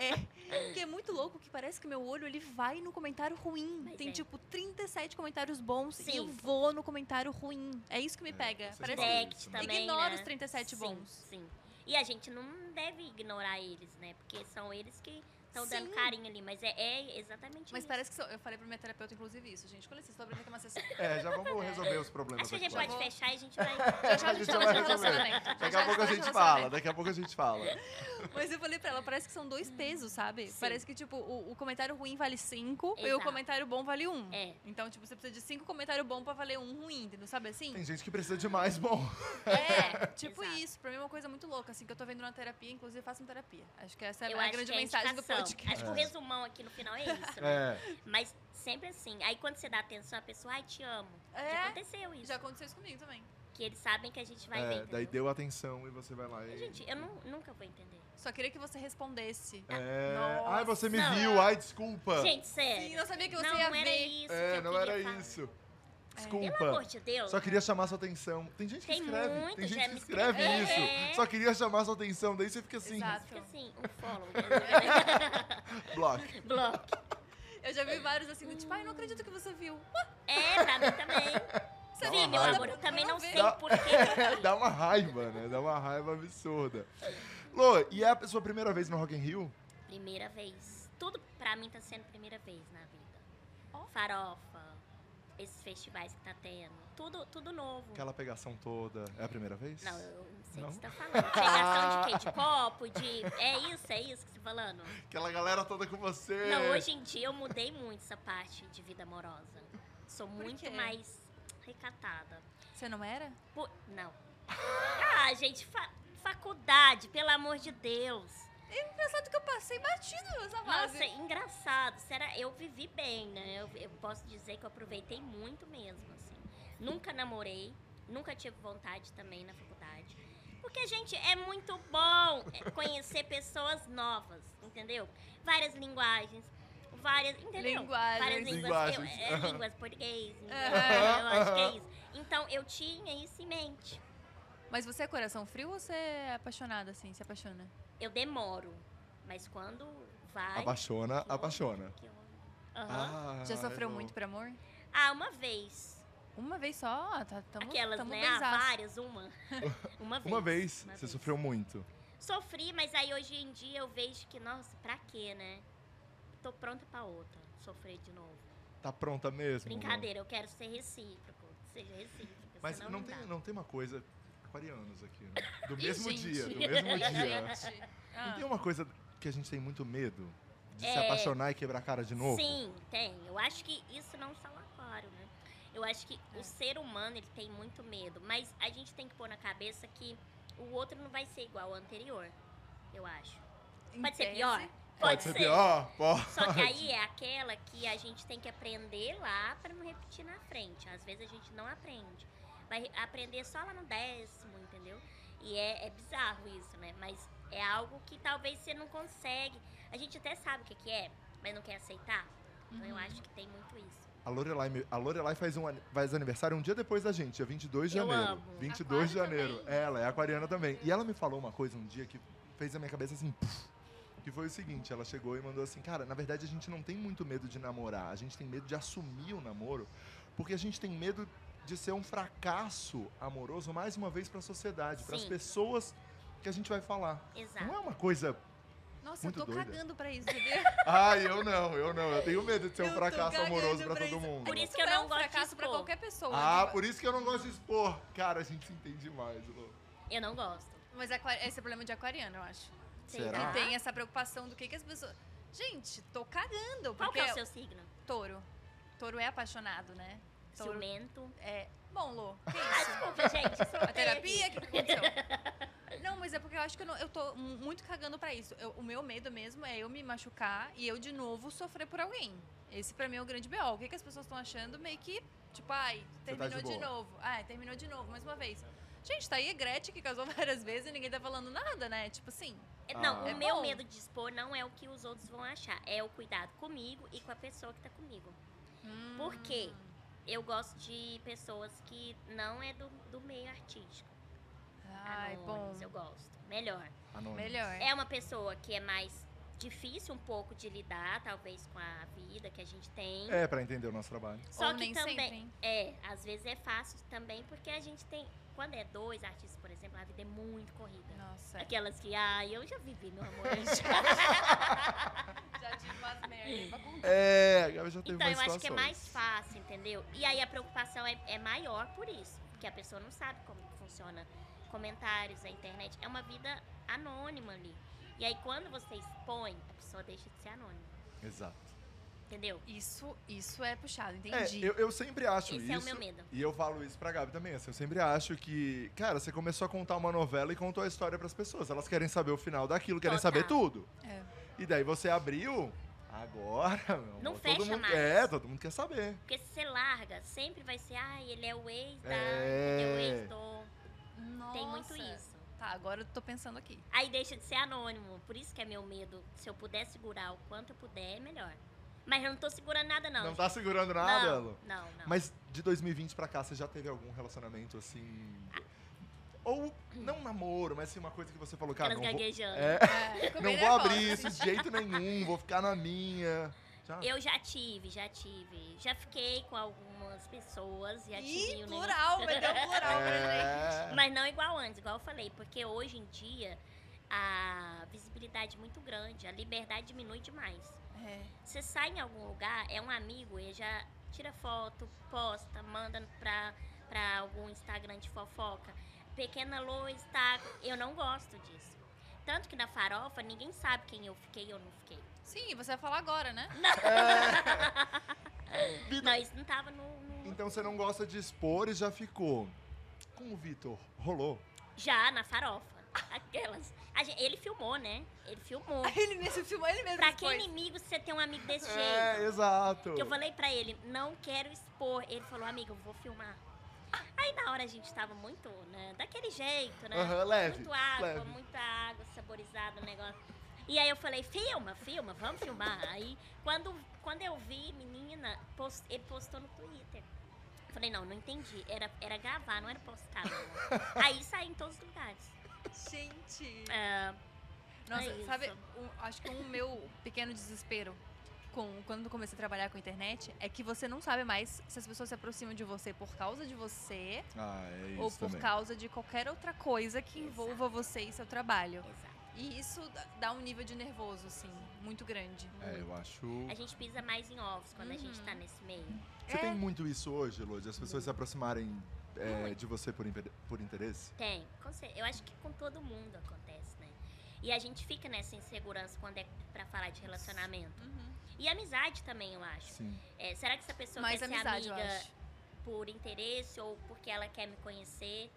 Speaker 1: é, que é muito louco que parece que meu olho ele vai no comentário ruim.
Speaker 3: Mas
Speaker 1: Tem
Speaker 3: é.
Speaker 1: tipo 37 comentários bons e eu
Speaker 3: Sim.
Speaker 1: vou no comentário ruim. É isso que me
Speaker 2: É,
Speaker 1: pega.
Speaker 2: vocês
Speaker 1: Parece
Speaker 2: falam.
Speaker 1: que
Speaker 3: Direct
Speaker 2: isso, né?
Speaker 3: também.
Speaker 1: ignora
Speaker 3: né?
Speaker 1: os 37
Speaker 3: sim,
Speaker 1: bons.
Speaker 3: Sim. E a gente não deve ignorar eles, né? Porque são eles que estão dando
Speaker 1: Sim.
Speaker 3: carinho ali. Mas é, é exatamente
Speaker 1: Mas
Speaker 3: isso.
Speaker 1: parece que sou- eu falei pra minha terapeuta, inclusive, isso, gente. Com licença, tô abrindo aqui uma sessão.
Speaker 2: É, já vamos resolver os problemas
Speaker 3: Acho que a gente
Speaker 2: aqui.
Speaker 3: pode
Speaker 1: Vou-
Speaker 3: fechar e a gente
Speaker 1: Já
Speaker 3: vai.
Speaker 1: já a gente
Speaker 2: gente vai
Speaker 1: fala de
Speaker 2: resolver.
Speaker 1: relacionamento. Já,
Speaker 2: Daqui
Speaker 1: já
Speaker 2: a pouco
Speaker 1: fala
Speaker 2: a
Speaker 1: de
Speaker 2: gente
Speaker 1: relacionamento.
Speaker 2: fala, daqui a pouco a gente fala.
Speaker 1: Mas eu falei pra ela, parece que são dois pesos, sabe?
Speaker 3: Sim.
Speaker 1: Parece que, tipo, o, o comentário ruim vale cinco e o
Speaker 3: Exato.
Speaker 1: comentário bom vale um.
Speaker 3: É.
Speaker 1: Então, tipo, você precisa de cinco comentários bons pra valer um ruim, entendeu? Sabe assim?
Speaker 2: Tem gente que precisa de mais, bom.
Speaker 1: É, tipo
Speaker 3: Exato.
Speaker 1: isso. Pra mim é uma coisa muito louca, assim, que eu tô vendo na terapia, inclusive façam terapia. Acho que essa é
Speaker 3: eu
Speaker 1: a
Speaker 3: acho
Speaker 1: grande
Speaker 3: que é
Speaker 1: mensagem do
Speaker 3: indicação.
Speaker 1: podcast.
Speaker 3: Acho que o
Speaker 2: É.
Speaker 3: resumão aqui no final é isso, né?
Speaker 2: É.
Speaker 3: Mas sempre assim. Aí quando você dá atenção, a pessoa, ai, te amo. Já
Speaker 1: É,
Speaker 3: aconteceu isso.
Speaker 1: já aconteceu isso comigo também.
Speaker 3: que eles sabem que a gente vai ver.
Speaker 2: É, daí
Speaker 3: entendeu?
Speaker 2: deu atenção e você vai lá e.
Speaker 3: Gente, eu nu- nunca vou entender.
Speaker 1: Só queria que você respondesse.
Speaker 2: É.
Speaker 1: Nossa.
Speaker 2: Ai, você me
Speaker 3: Não. é.
Speaker 2: viu. Ai, desculpa.
Speaker 3: Gente, sério.
Speaker 1: Sim, não sabia que você
Speaker 3: não,
Speaker 1: ia
Speaker 3: não
Speaker 1: ver.
Speaker 3: era isso. que
Speaker 2: Ah. é,
Speaker 3: eu
Speaker 2: não
Speaker 3: queria
Speaker 2: era
Speaker 3: falar. É.
Speaker 2: isso.
Speaker 3: Pelo amor
Speaker 2: Desculpa.
Speaker 3: de Deus.
Speaker 2: Só queria chamar sua atenção. Tem gente que
Speaker 3: Tem
Speaker 2: escreve.
Speaker 3: muito,
Speaker 2: tem
Speaker 3: já
Speaker 2: gente que
Speaker 3: me
Speaker 2: escreve
Speaker 1: escreveu.
Speaker 2: isso.
Speaker 3: É.
Speaker 2: Só queria chamar sua atenção. Daí você fica assim,
Speaker 1: Exato.
Speaker 3: Fica assim, um follow. né?
Speaker 2: bloco.
Speaker 3: Bloco.
Speaker 1: Eu já vi vários assim, do tipo, ai, não acredito que você viu. Ué,
Speaker 3: É, pra mim também.
Speaker 1: Você
Speaker 2: Dá
Speaker 1: viu?
Speaker 2: uma
Speaker 3: Sim, meu
Speaker 2: raiva.
Speaker 3: amor, eu também não
Speaker 1: vi.
Speaker 3: sei porquê.
Speaker 2: Dá uma raiva, né? Dá uma raiva absurda. Lô, e é a sua primeira vez no Rock in Rio?
Speaker 3: Primeira vez. Tudo pra mim tá sendo primeira vez na vida.
Speaker 1: Ó.
Speaker 3: Farofa, esses festivais que tá tendo. Tudo, tudo novo.
Speaker 2: Aquela pegação toda. É a primeira vez?
Speaker 3: Não, eu não sei o
Speaker 2: Não?
Speaker 3: que você tá falando. Pegação de quê? De copo? De. É isso, é isso que você tá falando?
Speaker 2: Aquela galera toda com você.
Speaker 3: Não, hoje em dia eu mudei muito essa parte de vida amorosa. Sou muito
Speaker 1: quê?
Speaker 3: mais recatada.
Speaker 1: Você não era?
Speaker 3: Pô, não. Ah, gente, fa- faculdade, pelo amor de Deus.
Speaker 1: Engraçado que eu passei batido nessa fase.
Speaker 3: Nossa, engraçado. Será? Eu vivi bem, né? Eu, eu posso dizer que eu aproveitei muito mesmo, assim. Nunca namorei, nunca tive vontade também na faculdade. Porque, gente, é muito bom é, conhecer pessoas novas, entendeu? Várias linguagens, várias, entendeu?
Speaker 1: Linguagens.
Speaker 3: Várias línguas.
Speaker 2: Linguagens.
Speaker 3: Eu, é, línguas português, inglês,
Speaker 1: Aham.
Speaker 3: eu acho que é isso. Então, eu tinha isso em mente.
Speaker 1: Mas você é coração frio ou você é apaixonada, assim? Se apaixona?
Speaker 3: Eu demoro, mas quando vai...
Speaker 2: Apaixona,
Speaker 3: que
Speaker 2: apaixona.
Speaker 3: homem, que homem. é Uhum. Aham.
Speaker 1: Já
Speaker 2: Ah,
Speaker 1: sofreu
Speaker 2: não.
Speaker 1: muito por amor?
Speaker 3: Ah, uma vez.
Speaker 1: Uma vez só? Ah, Tá, tamo,
Speaker 3: Aquelas,
Speaker 1: tamo
Speaker 3: né? Ah,
Speaker 1: benzaço.
Speaker 3: várias, uma. uma vez.
Speaker 2: Uma vez,
Speaker 3: Uma
Speaker 2: você
Speaker 3: vez.
Speaker 2: sofreu um- muito.
Speaker 3: Sofri, mas aí hoje em dia eu vejo que, nossa, pra quê, né? Tô pronta pra outra. Sofrer de novo.
Speaker 2: Tá pronta mesmo? Lu?
Speaker 3: Brincadeira, eu quero ser recíproco. Seja recíproco.
Speaker 2: Mas
Speaker 3: senão
Speaker 2: não, tem,
Speaker 3: dá.
Speaker 2: não tem uma coisa. Aquarianos aqui, né? Do
Speaker 1: Ih,
Speaker 2: mesmo
Speaker 1: gente.
Speaker 2: dia, do mesmo
Speaker 1: Ih,
Speaker 2: dia. Então,
Speaker 1: gente.
Speaker 2: Não
Speaker 1: Ah,
Speaker 2: tem uma coisa que a gente tem muito medo de se
Speaker 3: É.
Speaker 2: apaixonar e quebrar a cara de novo?
Speaker 3: Sim, tem. Eu acho que isso não está lá claro, né? Eu acho que
Speaker 1: É.
Speaker 3: o ser humano, ele tem muito medo. Mas a gente tem que pôr na cabeça que o outro não vai ser igual ao anterior. Eu acho.
Speaker 1: em
Speaker 3: Pode ser
Speaker 1: tese,
Speaker 3: pior?
Speaker 2: Pode ser pior? Pode.
Speaker 3: Só que aí é aquela que a gente tem que aprender lá pra não repetir na frente. Às vezes a gente não aprende. Vai re- aprender só lá no décimo, entendeu? E é, é bizarro isso, né? Mas é algo que talvez você não consegue. A gente até sabe o que, que é, mas não quer aceitar. Então eu
Speaker 1: Uhum.
Speaker 3: acho que tem muito isso.
Speaker 2: A Lorelai, me- a Lorelai faz, um, an- faz aniversário um dia depois da gente, dia 22 de
Speaker 3: Eu
Speaker 2: janeiro.
Speaker 3: amo.
Speaker 2: 22 de
Speaker 3: Aquário
Speaker 2: janeiro.
Speaker 3: também.
Speaker 2: Ela é aquariana também. E ela me falou uma coisa um dia que fez a minha cabeça assim. puf, que foi o seguinte, ela chegou e mandou assim, cara, na verdade a gente não tem muito medo de namorar, a gente tem medo de assumir o namoro, porque a gente tem medo de ser um fracasso amoroso mais uma vez pra sociedade, pras
Speaker 3: Sim. Ah.
Speaker 2: pessoas que a gente vai falar.
Speaker 3: Exato.
Speaker 2: Não é uma coisa,
Speaker 1: Nossa,
Speaker 2: Muito
Speaker 1: eu tô
Speaker 2: doida.
Speaker 1: cagando pra isso, sabia?
Speaker 2: ai, eu não, eu não, eu tenho medo de ser
Speaker 1: Eu
Speaker 2: um
Speaker 1: tô
Speaker 2: fracasso
Speaker 1: cagando
Speaker 2: amoroso pra,
Speaker 1: pra
Speaker 2: todo
Speaker 1: isso.
Speaker 2: mundo.
Speaker 3: Por isso que eu
Speaker 1: é
Speaker 3: não
Speaker 1: um
Speaker 3: gosto de
Speaker 1: fracasso pra
Speaker 3: expor.
Speaker 1: qualquer pessoa.
Speaker 2: Ah,
Speaker 1: né?
Speaker 2: por isso que eu não gosto de expor. Cara, a gente se entende demais, Lô.
Speaker 3: Eu não gosto.
Speaker 1: Mas aqua- esse é problema de aquariano, eu acho.
Speaker 2: Será? Ah.
Speaker 1: Que tem essa preocupação do que, que as pessoas... Gente, tô cagando,
Speaker 3: Qual
Speaker 1: porque
Speaker 3: que é o seu signo?
Speaker 1: touro. Touro é apaixonado, né? Touro
Speaker 3: Ciumento.
Speaker 1: é... Bom, Lô, que
Speaker 3: Ah,
Speaker 1: isso?
Speaker 3: desculpa, gente.
Speaker 1: A terapia? O que que aconteceu? Não, mas é porque eu acho que eu, não- eu tô mu- muito cagando pra isso. Eu- o meu medo mesmo é eu me machucar e eu de novo sofrer por alguém. Esse pra mim é o grande B.O. O que, que as pessoas estão achando meio que, tipo, ai,
Speaker 2: Você tá
Speaker 1: terminou
Speaker 2: de
Speaker 1: de,
Speaker 2: boa.
Speaker 1: novo. Ah, terminou de novo, mais uma vez. Gente, tá aí a Gretchen que casou várias vezes e ninguém tá falando nada, né? Tipo assim,
Speaker 3: Não,
Speaker 2: Ah.
Speaker 3: o
Speaker 1: É
Speaker 3: meu
Speaker 1: bom.
Speaker 3: medo de expor não é o que os outros vão achar, é o cuidado comigo e com a pessoa que tá comigo.
Speaker 1: hum,
Speaker 3: Por quê? Eu gosto de pessoas que não é do, do meio artístico.
Speaker 1: Ai, bom.
Speaker 3: Anônimos, eu gosto. Melhor.
Speaker 2: Anônimo.
Speaker 1: Melhor.
Speaker 3: É uma pessoa que é mais difícil um pouco de lidar, talvez, com a vida que a gente tem.
Speaker 2: É, pra entender o nosso trabalho.
Speaker 3: Só
Speaker 1: Ou
Speaker 3: que
Speaker 1: nem
Speaker 3: também.
Speaker 1: sempre, hein?
Speaker 3: É, às vezes é fácil também, porque a gente tem. Quando é dois artistas, por exemplo, a vida é muito corrida.
Speaker 1: Nossa,
Speaker 3: Aquelas que, ai, eu já vivi, meu amor. eu já
Speaker 1: já diz umas merdas pra contar.
Speaker 2: É, a Gabi já teve
Speaker 3: Então,
Speaker 2: mais
Speaker 3: eu acho que é
Speaker 2: situações.
Speaker 3: mais fácil, entendeu? E aí a preocupação é, é maior por isso. Porque a pessoa não sabe como que funciona comentários, a internet. É uma vida anônima ali. E aí quando você expõe, a pessoa deixa de ser anônima.
Speaker 2: Exato.
Speaker 3: Entendeu?
Speaker 1: Isso, isso é puxado,
Speaker 2: É,
Speaker 1: entendi.
Speaker 2: eu, eu sempre acho
Speaker 3: Esse
Speaker 2: isso.
Speaker 3: é o meu medo.
Speaker 2: E eu falo isso pra Gabi também, assim, eu sempre acho que, cara, você começou a contar uma novela e contou a história pras pessoas. Elas querem saber o final daquilo, querem
Speaker 3: Total.
Speaker 2: saber tudo.
Speaker 1: É.
Speaker 2: E daí você abriu, ah, Agora, meu
Speaker 3: Não
Speaker 2: amor,
Speaker 3: fecha
Speaker 2: todo mundo,
Speaker 3: mais.
Speaker 2: É, todo mundo quer saber.
Speaker 3: Porque se você larga, sempre vai ser, ai, ele é o ex da,
Speaker 2: É.
Speaker 3: ele é o ex do.
Speaker 1: Nossa.
Speaker 3: Tem muito isso.
Speaker 1: Tá, agora eu tô pensando aqui.
Speaker 3: Aí deixa de ser anônimo. Por isso que é meu medo. Se eu puder segurar o quanto eu puder, é melhor. Mas eu não tô segurando nada, não.
Speaker 2: Não,
Speaker 3: gente.
Speaker 2: tá segurando nada,
Speaker 3: não,
Speaker 2: Lu?
Speaker 3: não, não.
Speaker 2: Mas de 2020 pra cá, você já teve algum relacionamento assim? Ou, não namoro, mas assim, uma coisa que você falou, cara,
Speaker 3: Aquelas
Speaker 2: não vou,
Speaker 3: gaguejando.
Speaker 2: é,
Speaker 1: É, fico
Speaker 2: não
Speaker 1: bem
Speaker 2: vou
Speaker 1: nervosa,
Speaker 2: abrir
Speaker 1: assim.
Speaker 2: isso de jeito nenhum, vou ficar na minha.
Speaker 1: Ah.
Speaker 2: Já?
Speaker 3: Eu já tive, já tive. Já fiquei com algumas pessoas, já tive
Speaker 1: Ih,
Speaker 3: um
Speaker 1: plural, vai dar um plural pra gente.
Speaker 2: é...
Speaker 3: Mas não igual antes, igual eu falei, porque hoje em dia a visibilidade é muito grande, a liberdade diminui demais.
Speaker 1: É.
Speaker 3: Você sai em algum lugar, é um amigo, ele já tira foto, posta, manda pra, pra algum Instagram de fofoca. Pequena Lô está. Eu não gosto disso. Tanto que na farofa ninguém sabe quem eu fiquei ou não fiquei.
Speaker 1: Sim, você vai falar agora, né?
Speaker 2: Vida-
Speaker 3: Não, isso não tava no. no-
Speaker 2: Então você não gosta de expor e já ficou. Com o Vitor, rolou.
Speaker 3: Já na farofa. Aquelas. A gen- ele filmou, né? Ele filmou.
Speaker 1: Ele mesmo filmou, ele mesmo
Speaker 3: Pra que
Speaker 1: expôs.
Speaker 3: inimigo você ter um amigo desse
Speaker 2: É,
Speaker 3: jeito?
Speaker 2: exato.
Speaker 3: Que eu falei pra ele, não quero expor. Ele falou, amigo, eu vou filmar. Aí na hora a gente tava muito, né? Daquele jeito, né?
Speaker 2: Aham, leve,
Speaker 3: Muito água,
Speaker 2: leve.
Speaker 3: muita água saborizada, o negócio. E aí eu falei, filma, filma, vamos filmar. Aí quando, quando eu vi, menina, post- ele postou no Twitter. Eu Falei, não, não entendi. Era, era gravar, não era postar. não. aí saí em todos os lugares.
Speaker 1: Gente.
Speaker 3: É,
Speaker 1: Nossa,
Speaker 3: É isso.
Speaker 1: sabe, o- acho que o meu pequeno desespero com, quando eu comecei a trabalhar com a internet é que você não sabe mais se as pessoas se aproximam de você por causa de você
Speaker 2: Ah, é isso
Speaker 1: ou por
Speaker 2: também.
Speaker 1: causa de qualquer outra coisa que
Speaker 3: Exato.
Speaker 1: envolva você e seu trabalho.
Speaker 3: exato.
Speaker 1: E isso dá- dá um nível de nervoso, assim, muito grande.
Speaker 2: É, eu acho.
Speaker 3: A gente pisa mais em ovos quando a gente
Speaker 1: Uhum.
Speaker 3: tá nesse meio.
Speaker 2: Você
Speaker 1: É.
Speaker 2: tem muito isso hoje, Lu, de as pessoas se aproximarem é,
Speaker 3: Muito.
Speaker 2: de você por, inve- por interesse?
Speaker 3: Tem, com cer- eu acho que com todo mundo acontece, né? E a gente fica nessa insegurança quando é pra falar de relacionamento.
Speaker 1: Uhum.
Speaker 3: E amizade também, eu acho.
Speaker 2: Sim.
Speaker 3: É, será que essa pessoa
Speaker 1: Mais
Speaker 3: quer
Speaker 1: amizade,
Speaker 3: ser
Speaker 1: eu
Speaker 3: amiga
Speaker 1: acho.
Speaker 3: por interesse ou porque ela quer me conhecer?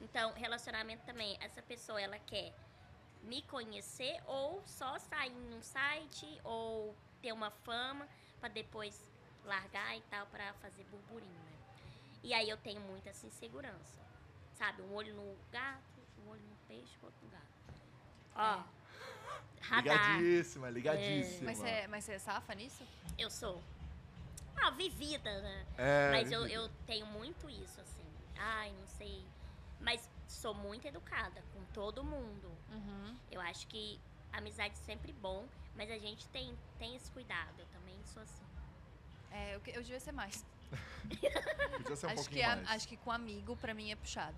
Speaker 3: Então, relacionamento também, essa pessoa ela quer me conhecer ou só sair num site ou ter uma fama pra depois largar e tal pra fazer burburinho, né? E aí eu tenho muita essa insegurança. Sabe, um olho no gato, um olho no peixe, o outro no gato. Ó, radar. É.
Speaker 2: Ligadíssima, ligadíssima.
Speaker 1: Mas você mas você é safa nisso?
Speaker 3: Eu sou. Ah, vivida, né?
Speaker 2: É,
Speaker 3: Mas eu,
Speaker 2: vivi.
Speaker 3: eu tenho muito isso, assim. Ai, não sei. Mas sou muito educada com todo mundo.
Speaker 1: Uhum.
Speaker 3: Eu acho que amizade é sempre bom, mas a gente tem, tem esse cuidado. Eu também sou assim.
Speaker 1: É, eu, que- eu devia ser mais.
Speaker 2: Podia ser um
Speaker 1: acho, que é
Speaker 2: pouquinho
Speaker 1: a-
Speaker 2: mais.
Speaker 1: acho que com amigo, pra mim, é puxado.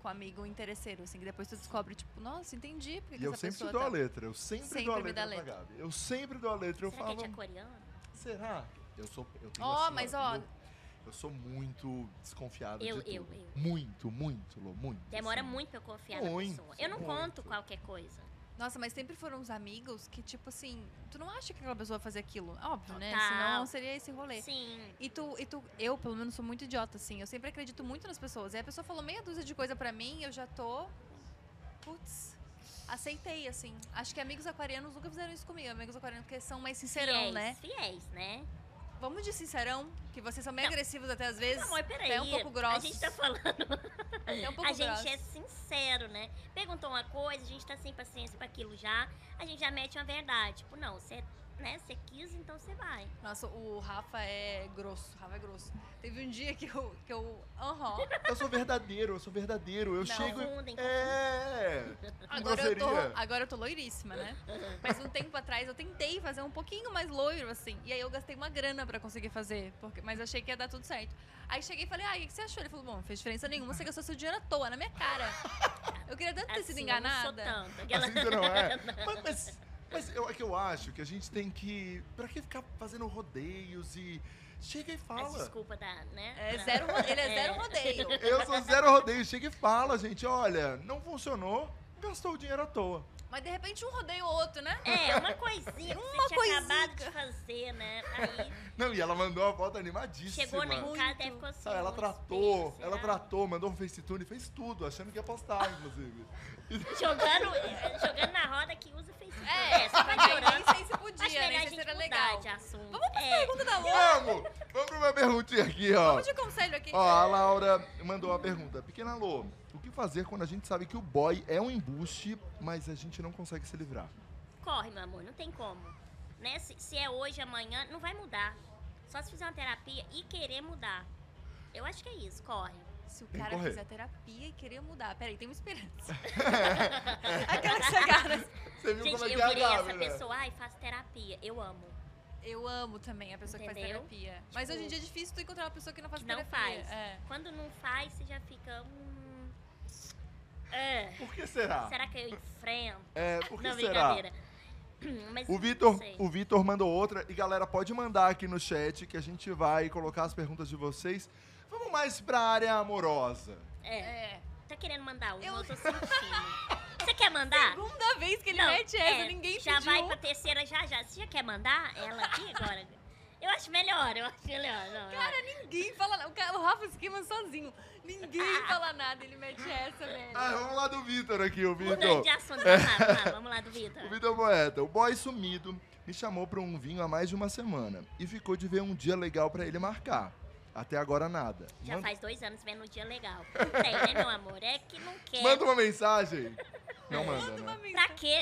Speaker 1: Com amigo interesseiro, assim, que depois tu descobre, tipo, nossa, entendi porque
Speaker 2: E eu
Speaker 1: essa
Speaker 2: sempre
Speaker 1: pessoa
Speaker 2: dou a
Speaker 1: tá...
Speaker 2: letra, eu sempre,
Speaker 1: Sempre
Speaker 2: dou a
Speaker 1: me
Speaker 2: letra,
Speaker 1: dá
Speaker 2: pra
Speaker 1: letra.
Speaker 2: Gabi. Eu sempre dou a letra, eu
Speaker 3: Será que a
Speaker 2: falo.
Speaker 3: gente é coreana?
Speaker 2: Será? Eu sou. Eu tenho
Speaker 1: Ó,
Speaker 2: assim,
Speaker 1: mas ó-
Speaker 2: Eu, eu sou muito desconfiado
Speaker 3: Eu-
Speaker 2: de tudo.
Speaker 3: eu- eu.
Speaker 2: Muito, muito, Lô, muito.
Speaker 3: Demora
Speaker 2: assim.
Speaker 3: muito pra eu confiar
Speaker 2: Muito,
Speaker 3: na pessoa. Eu não
Speaker 2: muito.
Speaker 3: conto qualquer coisa.
Speaker 1: Nossa, mas sempre foram uns amigos que, tipo assim, tu não acha que aquela pessoa vai fazer aquilo? Óbvio, né?
Speaker 3: Total.
Speaker 1: Senão seria esse rolê.
Speaker 3: Sim.
Speaker 1: E tu, e tu, eu, pelo menos, sou muito idiota, assim. Eu sempre acredito muito nas pessoas. E a pessoa falou meia dúzia de coisa pra mim, eu já tô. Putz, aceitei, assim. Acho que amigos aquarianos nunca fizeram isso comigo. Amigos aquarianos porque são mais sincerão,
Speaker 3: fiéis,
Speaker 1: né?
Speaker 3: Fiéis, né?
Speaker 1: Vamos de sincerão, que vocês são meio
Speaker 3: Não.
Speaker 1: agressivos até às vezes.
Speaker 3: Amor, peraí.
Speaker 1: até um pouco
Speaker 3: A
Speaker 1: grossos.
Speaker 3: gente tá falando.
Speaker 1: até um pouco
Speaker 3: a gente
Speaker 1: grossos.
Speaker 3: é sincero, né? Perguntou uma coisa, a gente tá sem paciência pra aquilo já, a gente já mete uma verdade. Tipo, não, você né, cê quis, então você vai.
Speaker 1: Nossa, o Rafa é grosso. O Rafa é grosso. Teve um dia que eu. Que eu aham.
Speaker 2: Eu sou verdadeiro, eu sou verdadeiro. Eu
Speaker 1: Não,
Speaker 2: chego. e-
Speaker 3: Confundem,
Speaker 2: É!
Speaker 1: Agora eu, tô,
Speaker 2: grosseria.
Speaker 1: agora eu tô loiríssima, né? Mas um tempo atrás eu tentei fazer um pouquinho mais loiro, assim. E aí eu gastei uma grana pra conseguir fazer, porque, mas achei que ia dar tudo certo. Aí cheguei e falei, ah, o que que você achou? Ele falou, bom, não fez diferença nenhuma, você gastou seu dinheiro à toa, na minha cara. Eu queria tanto ter
Speaker 3: Assim,
Speaker 1: sido
Speaker 3: eu não sou
Speaker 1: enganada.
Speaker 3: tanto. Aquela-
Speaker 2: Assim você não é. Mas, mas, mas eu, é que eu acho que a gente tem que. Pra que ficar fazendo rodeios e. Chega e
Speaker 3: As
Speaker 2: fala.
Speaker 3: desculpa da, né?
Speaker 1: É
Speaker 3: da-
Speaker 1: zero, ro- ele é zero
Speaker 3: É.
Speaker 1: rodeio.
Speaker 2: Eu sou zero rodeio. Chega e fala, gente. Olha, não funcionou, gastou o dinheiro à toa.
Speaker 1: Mas de repente um rodeia o outro, né?
Speaker 3: É, uma coisinha que
Speaker 1: Uma
Speaker 3: você tinha
Speaker 1: coisinha.
Speaker 3: acabado de fazer, né? Aí
Speaker 2: Não, e ela mandou uma foto animadíssima.
Speaker 3: chegou na em
Speaker 1: Muito.
Speaker 3: casa e ficou assim.
Speaker 2: Ah, ela
Speaker 3: um
Speaker 2: tratou,
Speaker 3: desespero,
Speaker 2: ela
Speaker 3: será?
Speaker 2: tratou, mandou um facetune, fez tudo, achando que ia postar, inclusive.
Speaker 3: Jogando, eh, jogando na roda que usa Facebook.
Speaker 1: É,
Speaker 3: só vai
Speaker 1: nem
Speaker 3: chorando.
Speaker 1: sei se
Speaker 3: Acho
Speaker 1: podia,
Speaker 3: melhor a
Speaker 1: nem sei se
Speaker 3: gente
Speaker 1: né? era
Speaker 3: mudar
Speaker 1: legal.
Speaker 3: de assunto.
Speaker 1: Vamos pra
Speaker 3: é,
Speaker 1: pergunta da Laura.
Speaker 2: Vamos! Vamos pra uma perguntinha aqui, ó.
Speaker 1: Vamos de conselho aqui.
Speaker 2: Ó, a Laura mandou uma pergunta. Pequena Lô, o que fazer quando a gente sabe que o boy é um embuste, mas a gente não consegue se livrar?
Speaker 3: corre, meu amor, não tem como. Né? Se, se é hoje, amanhã, não vai mudar. Só se fizer uma terapia e querer mudar. Eu acho que é isso, corre.
Speaker 1: Se o
Speaker 2: Tem que
Speaker 1: cara
Speaker 2: correr.
Speaker 1: fizer terapia e querer mudar. Peraí, tem uma esperança. Aquela que você agarra.
Speaker 2: Você viu
Speaker 3: Gente,
Speaker 2: como é
Speaker 3: eu
Speaker 2: que é a
Speaker 3: virei essa
Speaker 2: Gabi, né?
Speaker 3: pessoa, ai, faço terapia, eu amo.
Speaker 1: Eu amo também a pessoa que faz
Speaker 3: Entendeu?
Speaker 1: terapia. Mas
Speaker 3: Tipo,
Speaker 1: hoje em dia é difícil tu encontrar uma pessoa que não faz
Speaker 3: que não
Speaker 1: terapia.
Speaker 3: faz.
Speaker 1: É.
Speaker 3: Quando não faz, você já fica. Hum, é,
Speaker 2: Por que será?
Speaker 3: será que eu enfrento?
Speaker 2: É, Ah. por que
Speaker 3: não,
Speaker 2: será?
Speaker 3: brincadeira. Mas
Speaker 2: O
Speaker 3: não
Speaker 2: Vitor,
Speaker 3: sei.
Speaker 2: o Vitor mandou outra. E galera, pode mandar aqui no chat que a gente vai colocar as perguntas de vocês. Vamos mais pra área amorosa.
Speaker 3: É,
Speaker 1: É.
Speaker 3: tá querendo mandar uma,
Speaker 1: Eu-
Speaker 3: eu, tô sentindo. Você quer mandar?
Speaker 1: Segunda vez que ele mete essa,
Speaker 3: Ah. é,
Speaker 1: ninguém
Speaker 3: Já
Speaker 1: pediu.
Speaker 3: vai pra terceira já já. Você já quer mandar ela aqui agora? Eu acho melhor, eu acho melhor. Não,
Speaker 1: Cara, ninguém fala nada. O cara- O Rafa se queima sozinho.
Speaker 3: Ah.
Speaker 1: Ninguém fala nada, ele mete essa, velho.
Speaker 2: Ah, vamos lá do Vitor aqui, o
Speaker 3: Mudando
Speaker 2: Vitor.
Speaker 3: de assunto, vamos lá, vamos lá, vamos lá do Vitor.
Speaker 2: O Vitor Moeta. O boy sumido me chamou pra um vinho há mais de uma semana. E ficou de ver um dia legal pra ele marcar. Até agora nada.
Speaker 3: Já
Speaker 2: Manda-
Speaker 3: faz dois anos vendo um dia legal. Não tem, né, meu amor? É que não quer.
Speaker 2: Manda uma mensagem. Não manda,
Speaker 1: Uma
Speaker 2: né?
Speaker 1: mensagem.
Speaker 3: Pra quê?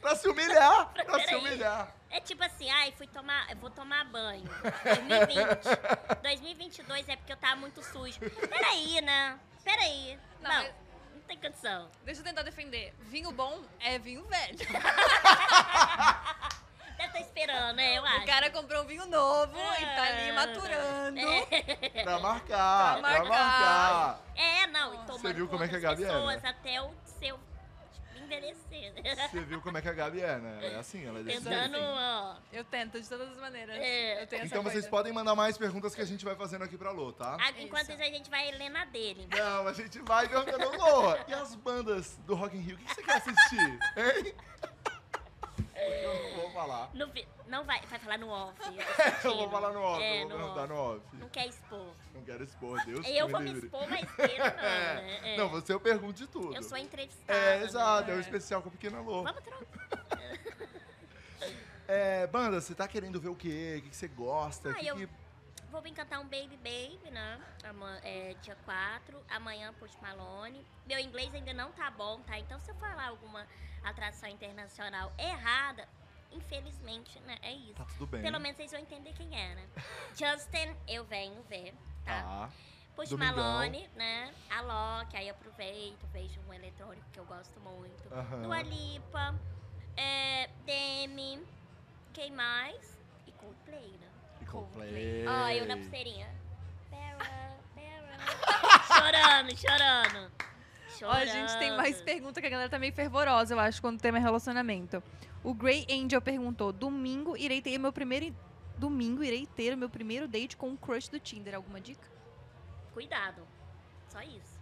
Speaker 2: Pra se humilhar! Pra se
Speaker 3: Peraí.
Speaker 2: humilhar!
Speaker 3: É tipo assim, ai, fui tomar, eu vou tomar banho. 2020. 2022 é porque eu tava muito sujo. Peraí, né? Peraí.
Speaker 1: Não,
Speaker 3: Não,
Speaker 1: mas-
Speaker 3: não tem condição.
Speaker 1: Deixa eu tentar defender. Vinho bom é vinho velho.
Speaker 3: Deve estar esperando, né? Eu acho.
Speaker 1: O cara comprou um vinho novo e tá ali
Speaker 3: É.
Speaker 1: maturando.
Speaker 2: Pra marcar!
Speaker 1: Pra
Speaker 2: Pra marcar!
Speaker 3: É, não, e tomando
Speaker 2: Você viu como é
Speaker 3: conta
Speaker 2: que a
Speaker 3: das
Speaker 2: Gabi é,
Speaker 3: pessoas
Speaker 2: né?
Speaker 3: até o seu envelhecer.
Speaker 2: Você viu como é que a Gabi é, né? É assim, ela é desse jeito.
Speaker 3: Tentando, ó.
Speaker 1: Eu tento de todas as maneiras.
Speaker 3: É.
Speaker 1: Eu tenho
Speaker 2: Então
Speaker 1: essa
Speaker 2: vocês
Speaker 1: coisa.
Speaker 2: podem mandar mais perguntas que a gente vai fazendo aqui pra Lô, tá?
Speaker 3: Ah, Enquanto
Speaker 1: Isso.
Speaker 3: isso, a gente vai lendo a dele.
Speaker 2: Não, a gente vai perguntando, Lô, e as bandas do Rock in Rio, o que que você quer assistir? Hein?
Speaker 3: É.
Speaker 2: Eu não vou falar.
Speaker 3: No vi- não vai, vai falar no off. Eu, tô
Speaker 2: Eu vou
Speaker 3: sentindo.
Speaker 2: falar no off,
Speaker 3: É,
Speaker 2: eu vou perguntar
Speaker 3: off.
Speaker 2: no off.
Speaker 3: Não quer expor.
Speaker 2: Não quero expor, Deus
Speaker 3: Eu
Speaker 2: que
Speaker 3: vou me
Speaker 2: livre.
Speaker 3: expor, mas ele não, né?
Speaker 2: É.
Speaker 3: É.
Speaker 2: Não, você eu pergunto de tudo.
Speaker 3: Eu sou entrevistada.
Speaker 2: É,
Speaker 3: né?
Speaker 2: exato, é o
Speaker 1: É.
Speaker 2: especial com a pequena Lô.
Speaker 3: Vamos trocar.
Speaker 2: É, banda, você tá querendo ver o quê? O que que você gosta?
Speaker 3: Ah,
Speaker 2: Que
Speaker 3: eu-
Speaker 2: que-
Speaker 3: Vou vir cantar um Baby Baby, né? Ama- é, dia 4. Amanhã, Post Malone. Meu inglês ainda não tá bom, tá? Então, se eu falar alguma atração internacional errada, infelizmente, né? É isso.
Speaker 2: Tá tudo bem.
Speaker 3: Pelo menos vocês vão entender quem é, né? Justin, eu venho ver, tá?
Speaker 2: Tá.
Speaker 3: Post
Speaker 2: Domingão.
Speaker 3: Malone, né? Alok, aí aproveito, vejo um eletrônico que eu gosto muito.
Speaker 2: Aham.
Speaker 3: Dua Lipa, é, Demi, quem mais? E Coldplay, né?
Speaker 2: E
Speaker 1: Coldplay.
Speaker 2: Coldplay.
Speaker 3: Ó, eu na pulseirinha. Bera, Bera. chorando, chorando.
Speaker 1: Ó,
Speaker 3: Chorando.
Speaker 1: gente, tem mais pergunta que a galera tá meio fervorosa, eu acho, quando o tema é relacionamento. O Grey Angel perguntou: Domingo irei ter meu primeiro. Domingo irei ter o meu primeiro date com um crush do Tinder. Alguma dica?
Speaker 3: Cuidado. Só isso.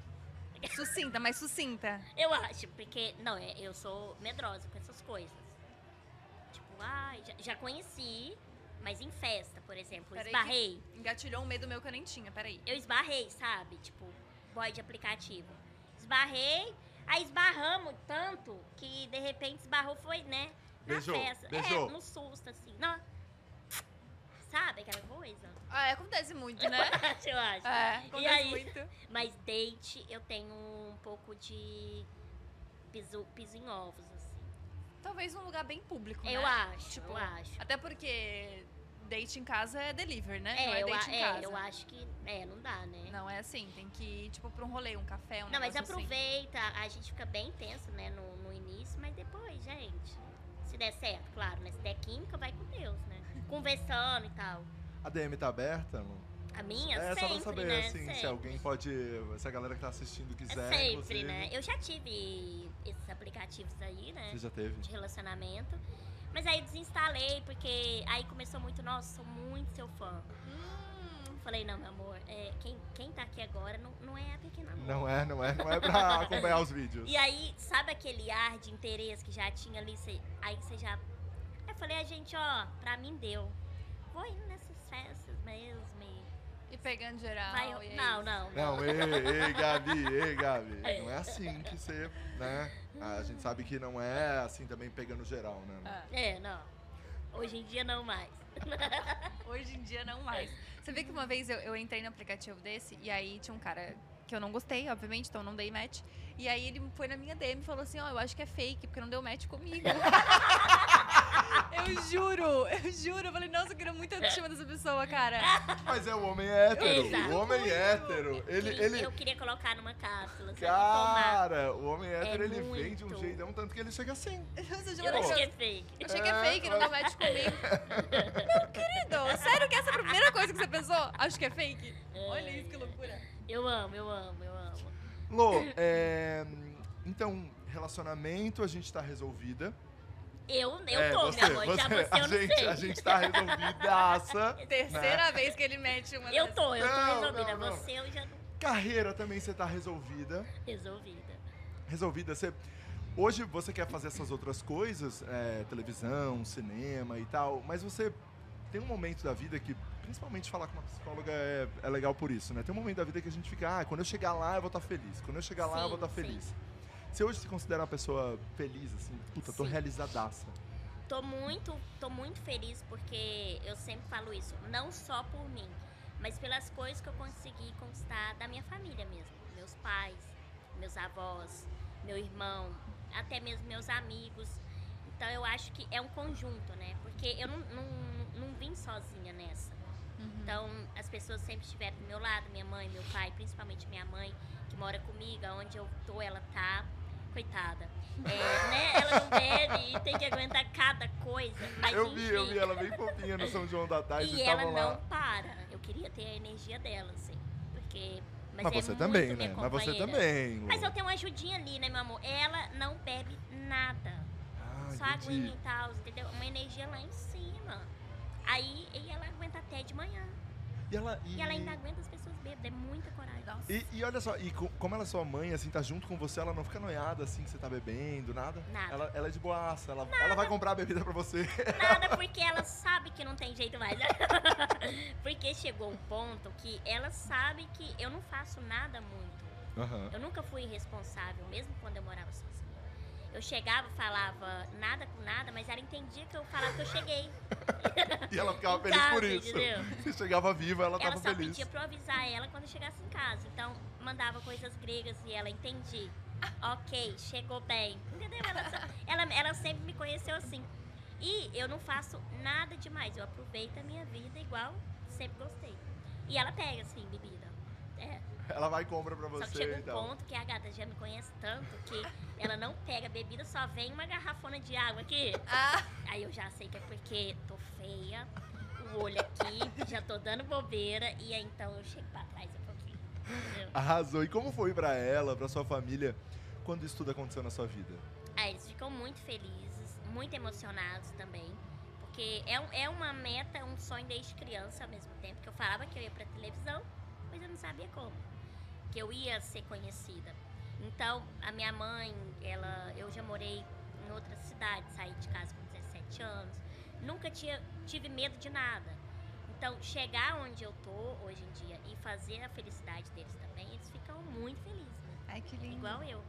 Speaker 1: Sucinta, mas sucinta.
Speaker 3: Eu acho, porque, não, é, eu sou medrosa com essas coisas. Tipo, ai, já, já conheci, mas em festa, por exemplo,
Speaker 1: Peraí que-
Speaker 3: esbarrei.
Speaker 1: Engatilhou um medo meu que eu nem tinha, peraí.
Speaker 3: Eu esbarrei, sabe? Tipo, boy de aplicativo. Esbarrei, aí esbarramos tanto que de repente esbarrou foi, né? Na
Speaker 2: Beijou,
Speaker 3: festa.
Speaker 2: beijou.
Speaker 3: É, no susto, assim. Não. Sabe aquela coisa?
Speaker 1: Ah, é, acontece muito, né?
Speaker 3: eu acho.
Speaker 1: É, acontece
Speaker 3: E aí?
Speaker 1: muito.
Speaker 3: Mas date, eu tenho um pouco de piso, piso em ovos, assim.
Speaker 1: Talvez num lugar bem público,
Speaker 3: Eu
Speaker 1: né?
Speaker 3: acho,
Speaker 1: Tipo,
Speaker 3: eu acho.
Speaker 1: Até porque date em casa é delivery, né? não
Speaker 3: É,
Speaker 1: é
Speaker 3: eu,
Speaker 1: date
Speaker 3: a-
Speaker 1: em
Speaker 3: é,
Speaker 1: casa.
Speaker 3: eu acho que. É, não dá, né?
Speaker 1: Não é assim, tem que ir, tipo, pra um rolê, um café, um
Speaker 3: Não, mas
Speaker 1: negócio assim.
Speaker 3: aproveita. A gente fica bem tenso, né, no, no início, mas depois, gente. Se der certo, claro, né? Se der química, vai com Deus, né? Conversando e tal.
Speaker 2: A DM tá aberta, Lu?
Speaker 3: A minha,
Speaker 2: é,
Speaker 3: sempre,
Speaker 2: só pra saber,
Speaker 3: né?
Speaker 2: assim, se
Speaker 3: sempre.
Speaker 2: alguém pode. Se a galera que tá assistindo
Speaker 3: É
Speaker 2: quiser.
Speaker 3: sempre,
Speaker 2: inclusive.
Speaker 3: né? Eu já tive esses aplicativos aí, né?
Speaker 2: Você já teve?
Speaker 3: De relacionamento. Mas aí desinstalei, porque aí começou muito, nossa, sou muito seu fã.
Speaker 1: Hum,
Speaker 3: Falei, não, meu amor, é, quem, quem tá aqui agora não, não é a pequena amor.
Speaker 2: Não é, não é, não é pra acompanhar os vídeos.
Speaker 3: E aí, sabe aquele ar de interesse que já tinha ali? Cê- aí você já. Aí eu falei, a gente, ó, pra mim deu. Vou indo nessas festas mesmo. e
Speaker 1: E pegando geral.
Speaker 3: vai-
Speaker 1: e é
Speaker 3: não,
Speaker 1: isso.
Speaker 3: não, não.
Speaker 2: Não, ei, ei, Gabi, ei, Gabi. Não é assim que você, né? A gente sabe que não é assim também pegando geral, né?
Speaker 1: Ah,
Speaker 3: É, não. Hoje em dia não mais.
Speaker 1: hoje em dia não mais. É. Você vê que uma vez eu, eu entrei no aplicativo desse e aí tinha um cara que eu não gostei, obviamente, então não dei match. E aí ele foi na minha DM e falou assim: Ó, eu acho que é fake, porque não deu match comigo. eu juro, eu juro. Eu falei: Nossa, eu queria muito a autoestima dessa pessoa, cara.
Speaker 2: Mas é o homem hétero.
Speaker 3: Exato.
Speaker 2: O homem hétero. Ele,
Speaker 3: Queria-
Speaker 2: ele,
Speaker 3: Eu queria colocar numa cápsula, sabe? Tomar.
Speaker 2: Cara, o homem hétero, ele vem de um
Speaker 3: muito.
Speaker 2: jeito, é um tanto que ele chega assim.
Speaker 1: Nossa, eu juro,
Speaker 3: Eu acho
Speaker 1: eu-
Speaker 3: que é fake.
Speaker 1: Eu achei que é fake, não deu match comigo. Não, querido, sério que essa é a primeira coisa que você pensou? Acho que é fake. Olha isso, que loucura.
Speaker 3: Eu amo, eu amo, eu amo.
Speaker 2: Lô, é, então, relacionamento, a gente tá resolvida.
Speaker 3: Eu, eu
Speaker 2: é,
Speaker 3: tô,
Speaker 2: você,
Speaker 3: meu amor. Já você,
Speaker 2: a
Speaker 3: eu não
Speaker 2: gente,
Speaker 3: sei.
Speaker 2: A gente tá resolvidaça.
Speaker 1: É. Terceira vez que ele mete uma
Speaker 3: Eu
Speaker 1: dessas.
Speaker 3: tô, eu
Speaker 2: Não,
Speaker 3: tô resolvida.
Speaker 2: não, não.
Speaker 3: Você eu já não
Speaker 2: Carreira também você tá resolvida.
Speaker 3: resolvida.
Speaker 2: Resolvida, você... Hoje você quer fazer essas outras coisas, é, televisão, cinema e tal, mas você tem um momento da vida que, principalmente falar com uma psicóloga é, é legal por isso, né? Tem um momento da vida que a gente fica, ah, quando eu chegar lá eu vou estar feliz, quando eu chegar lá eu
Speaker 3: Sim,
Speaker 2: vou estar
Speaker 3: sim.
Speaker 2: feliz. Você hoje se considera uma pessoa feliz, assim, puta, tô
Speaker 3: Sim.
Speaker 2: realizadaça.
Speaker 3: Tô muito, tô muito feliz porque eu sempre falo isso, não só por mim, mas pelas coisas que eu consegui conquistar da minha família mesmo. Meus pais, meus avós, meu irmão, até mesmo meus amigos. Então eu acho que é um conjunto, né? Porque eu não, não, não vim sozinha nessa.
Speaker 1: Uhum.
Speaker 3: Então, as pessoas sempre estiveram do meu lado, minha mãe, meu pai, principalmente minha mãe, que mora comigo, aonde eu tô, ela tá. Coitada. É, né? Ela não bebe e tem que aguentar cada coisa. Mas
Speaker 2: eu vi, eu
Speaker 3: enfim.
Speaker 2: vi ela bem fofinha no São João da Tarde, vocês
Speaker 3: E ela
Speaker 2: estavam
Speaker 3: não
Speaker 2: lá.
Speaker 3: para. Eu queria ter a energia dela, assim. Porque. Mas,
Speaker 2: Mas
Speaker 3: é
Speaker 2: você
Speaker 3: muito
Speaker 2: também,
Speaker 3: minha
Speaker 2: né? Mas você
Speaker 3: companheira.
Speaker 2: também, Lu.
Speaker 3: Mas eu tenho uma ajudinha ali, né, meu amor? Ela não bebe nada.
Speaker 2: Ah,
Speaker 3: Só
Speaker 2: entendi.
Speaker 3: aguinha e tal, entendeu? Uma energia lá em cima. Aí e ela aguenta até de manhã.
Speaker 2: E ela,
Speaker 3: E ela ainda aguenta as pessoas bêbadas, é muita coragem.
Speaker 1: Nossa.
Speaker 2: E, e olha só, e co- como ela é sua mãe, assim, tá junto com você, ela não fica noiada assim que você tá bebendo, nada?
Speaker 3: Nada.
Speaker 2: Ela, ela é de boaça, ela, ela vai comprar a bebida pra você.
Speaker 3: Nada porque ela sabe que não tem jeito mais. porque chegou um ponto que ela sabe que eu não faço nada muito. Eu nunca fui irresponsável, mesmo quando eu morava sozinha. Eu chegava, falava nada com nada, mas ela entendia que eu falava que eu cheguei.
Speaker 2: E ela ficava
Speaker 3: Em
Speaker 2: feliz por
Speaker 3: casa,
Speaker 2: isso.
Speaker 3: entendeu?
Speaker 2: Você chegava viva, ela,
Speaker 3: Ela
Speaker 2: tava
Speaker 3: só
Speaker 2: feliz.
Speaker 3: pedia pra eu avisar ela quando eu chegasse em casa. Então, mandava coisas gregas e ela entendi. Ok, chegou bem. Entendeu? Ela, só- ela, ela sempre me conheceu assim. E eu não faço nada demais. Eu aproveito a minha vida igual sempre gostei. E ela pega, assim, bebida. É.
Speaker 2: Ela vai e compra pra
Speaker 3: Só que
Speaker 2: você então.
Speaker 3: chega
Speaker 2: e
Speaker 3: um
Speaker 2: tal.
Speaker 3: ponto que a gata já me conhece tanto que ela não pega bebida, só vem uma garrafona de água aqui.
Speaker 1: Ah,
Speaker 3: Aí eu já sei que é porque tô feia, o olho aqui, já tô dando bobeira, e aí então eu chego pra trás um pouquinho. entendeu?
Speaker 2: Arrasou. E como foi pra ela, pra sua família, quando isso tudo aconteceu na sua vida?
Speaker 3: Aí É, eles ficam muito felizes, muito emocionados também, porque é, um- é uma meta, um sonho desde criança ao mesmo tempo, que eu falava que eu ia pra televisão, mas eu não sabia como, que eu ia ser conhecida. Então, a minha mãe, ela, eu já morei em outra cidade, saí de casa com 17 anos, nunca tinha, tive medo de nada. Então, chegar onde eu tô hoje em dia e fazer a felicidade deles também, eles ficam muito felizes, né?
Speaker 1: ai, que lindo.
Speaker 3: Igual eu.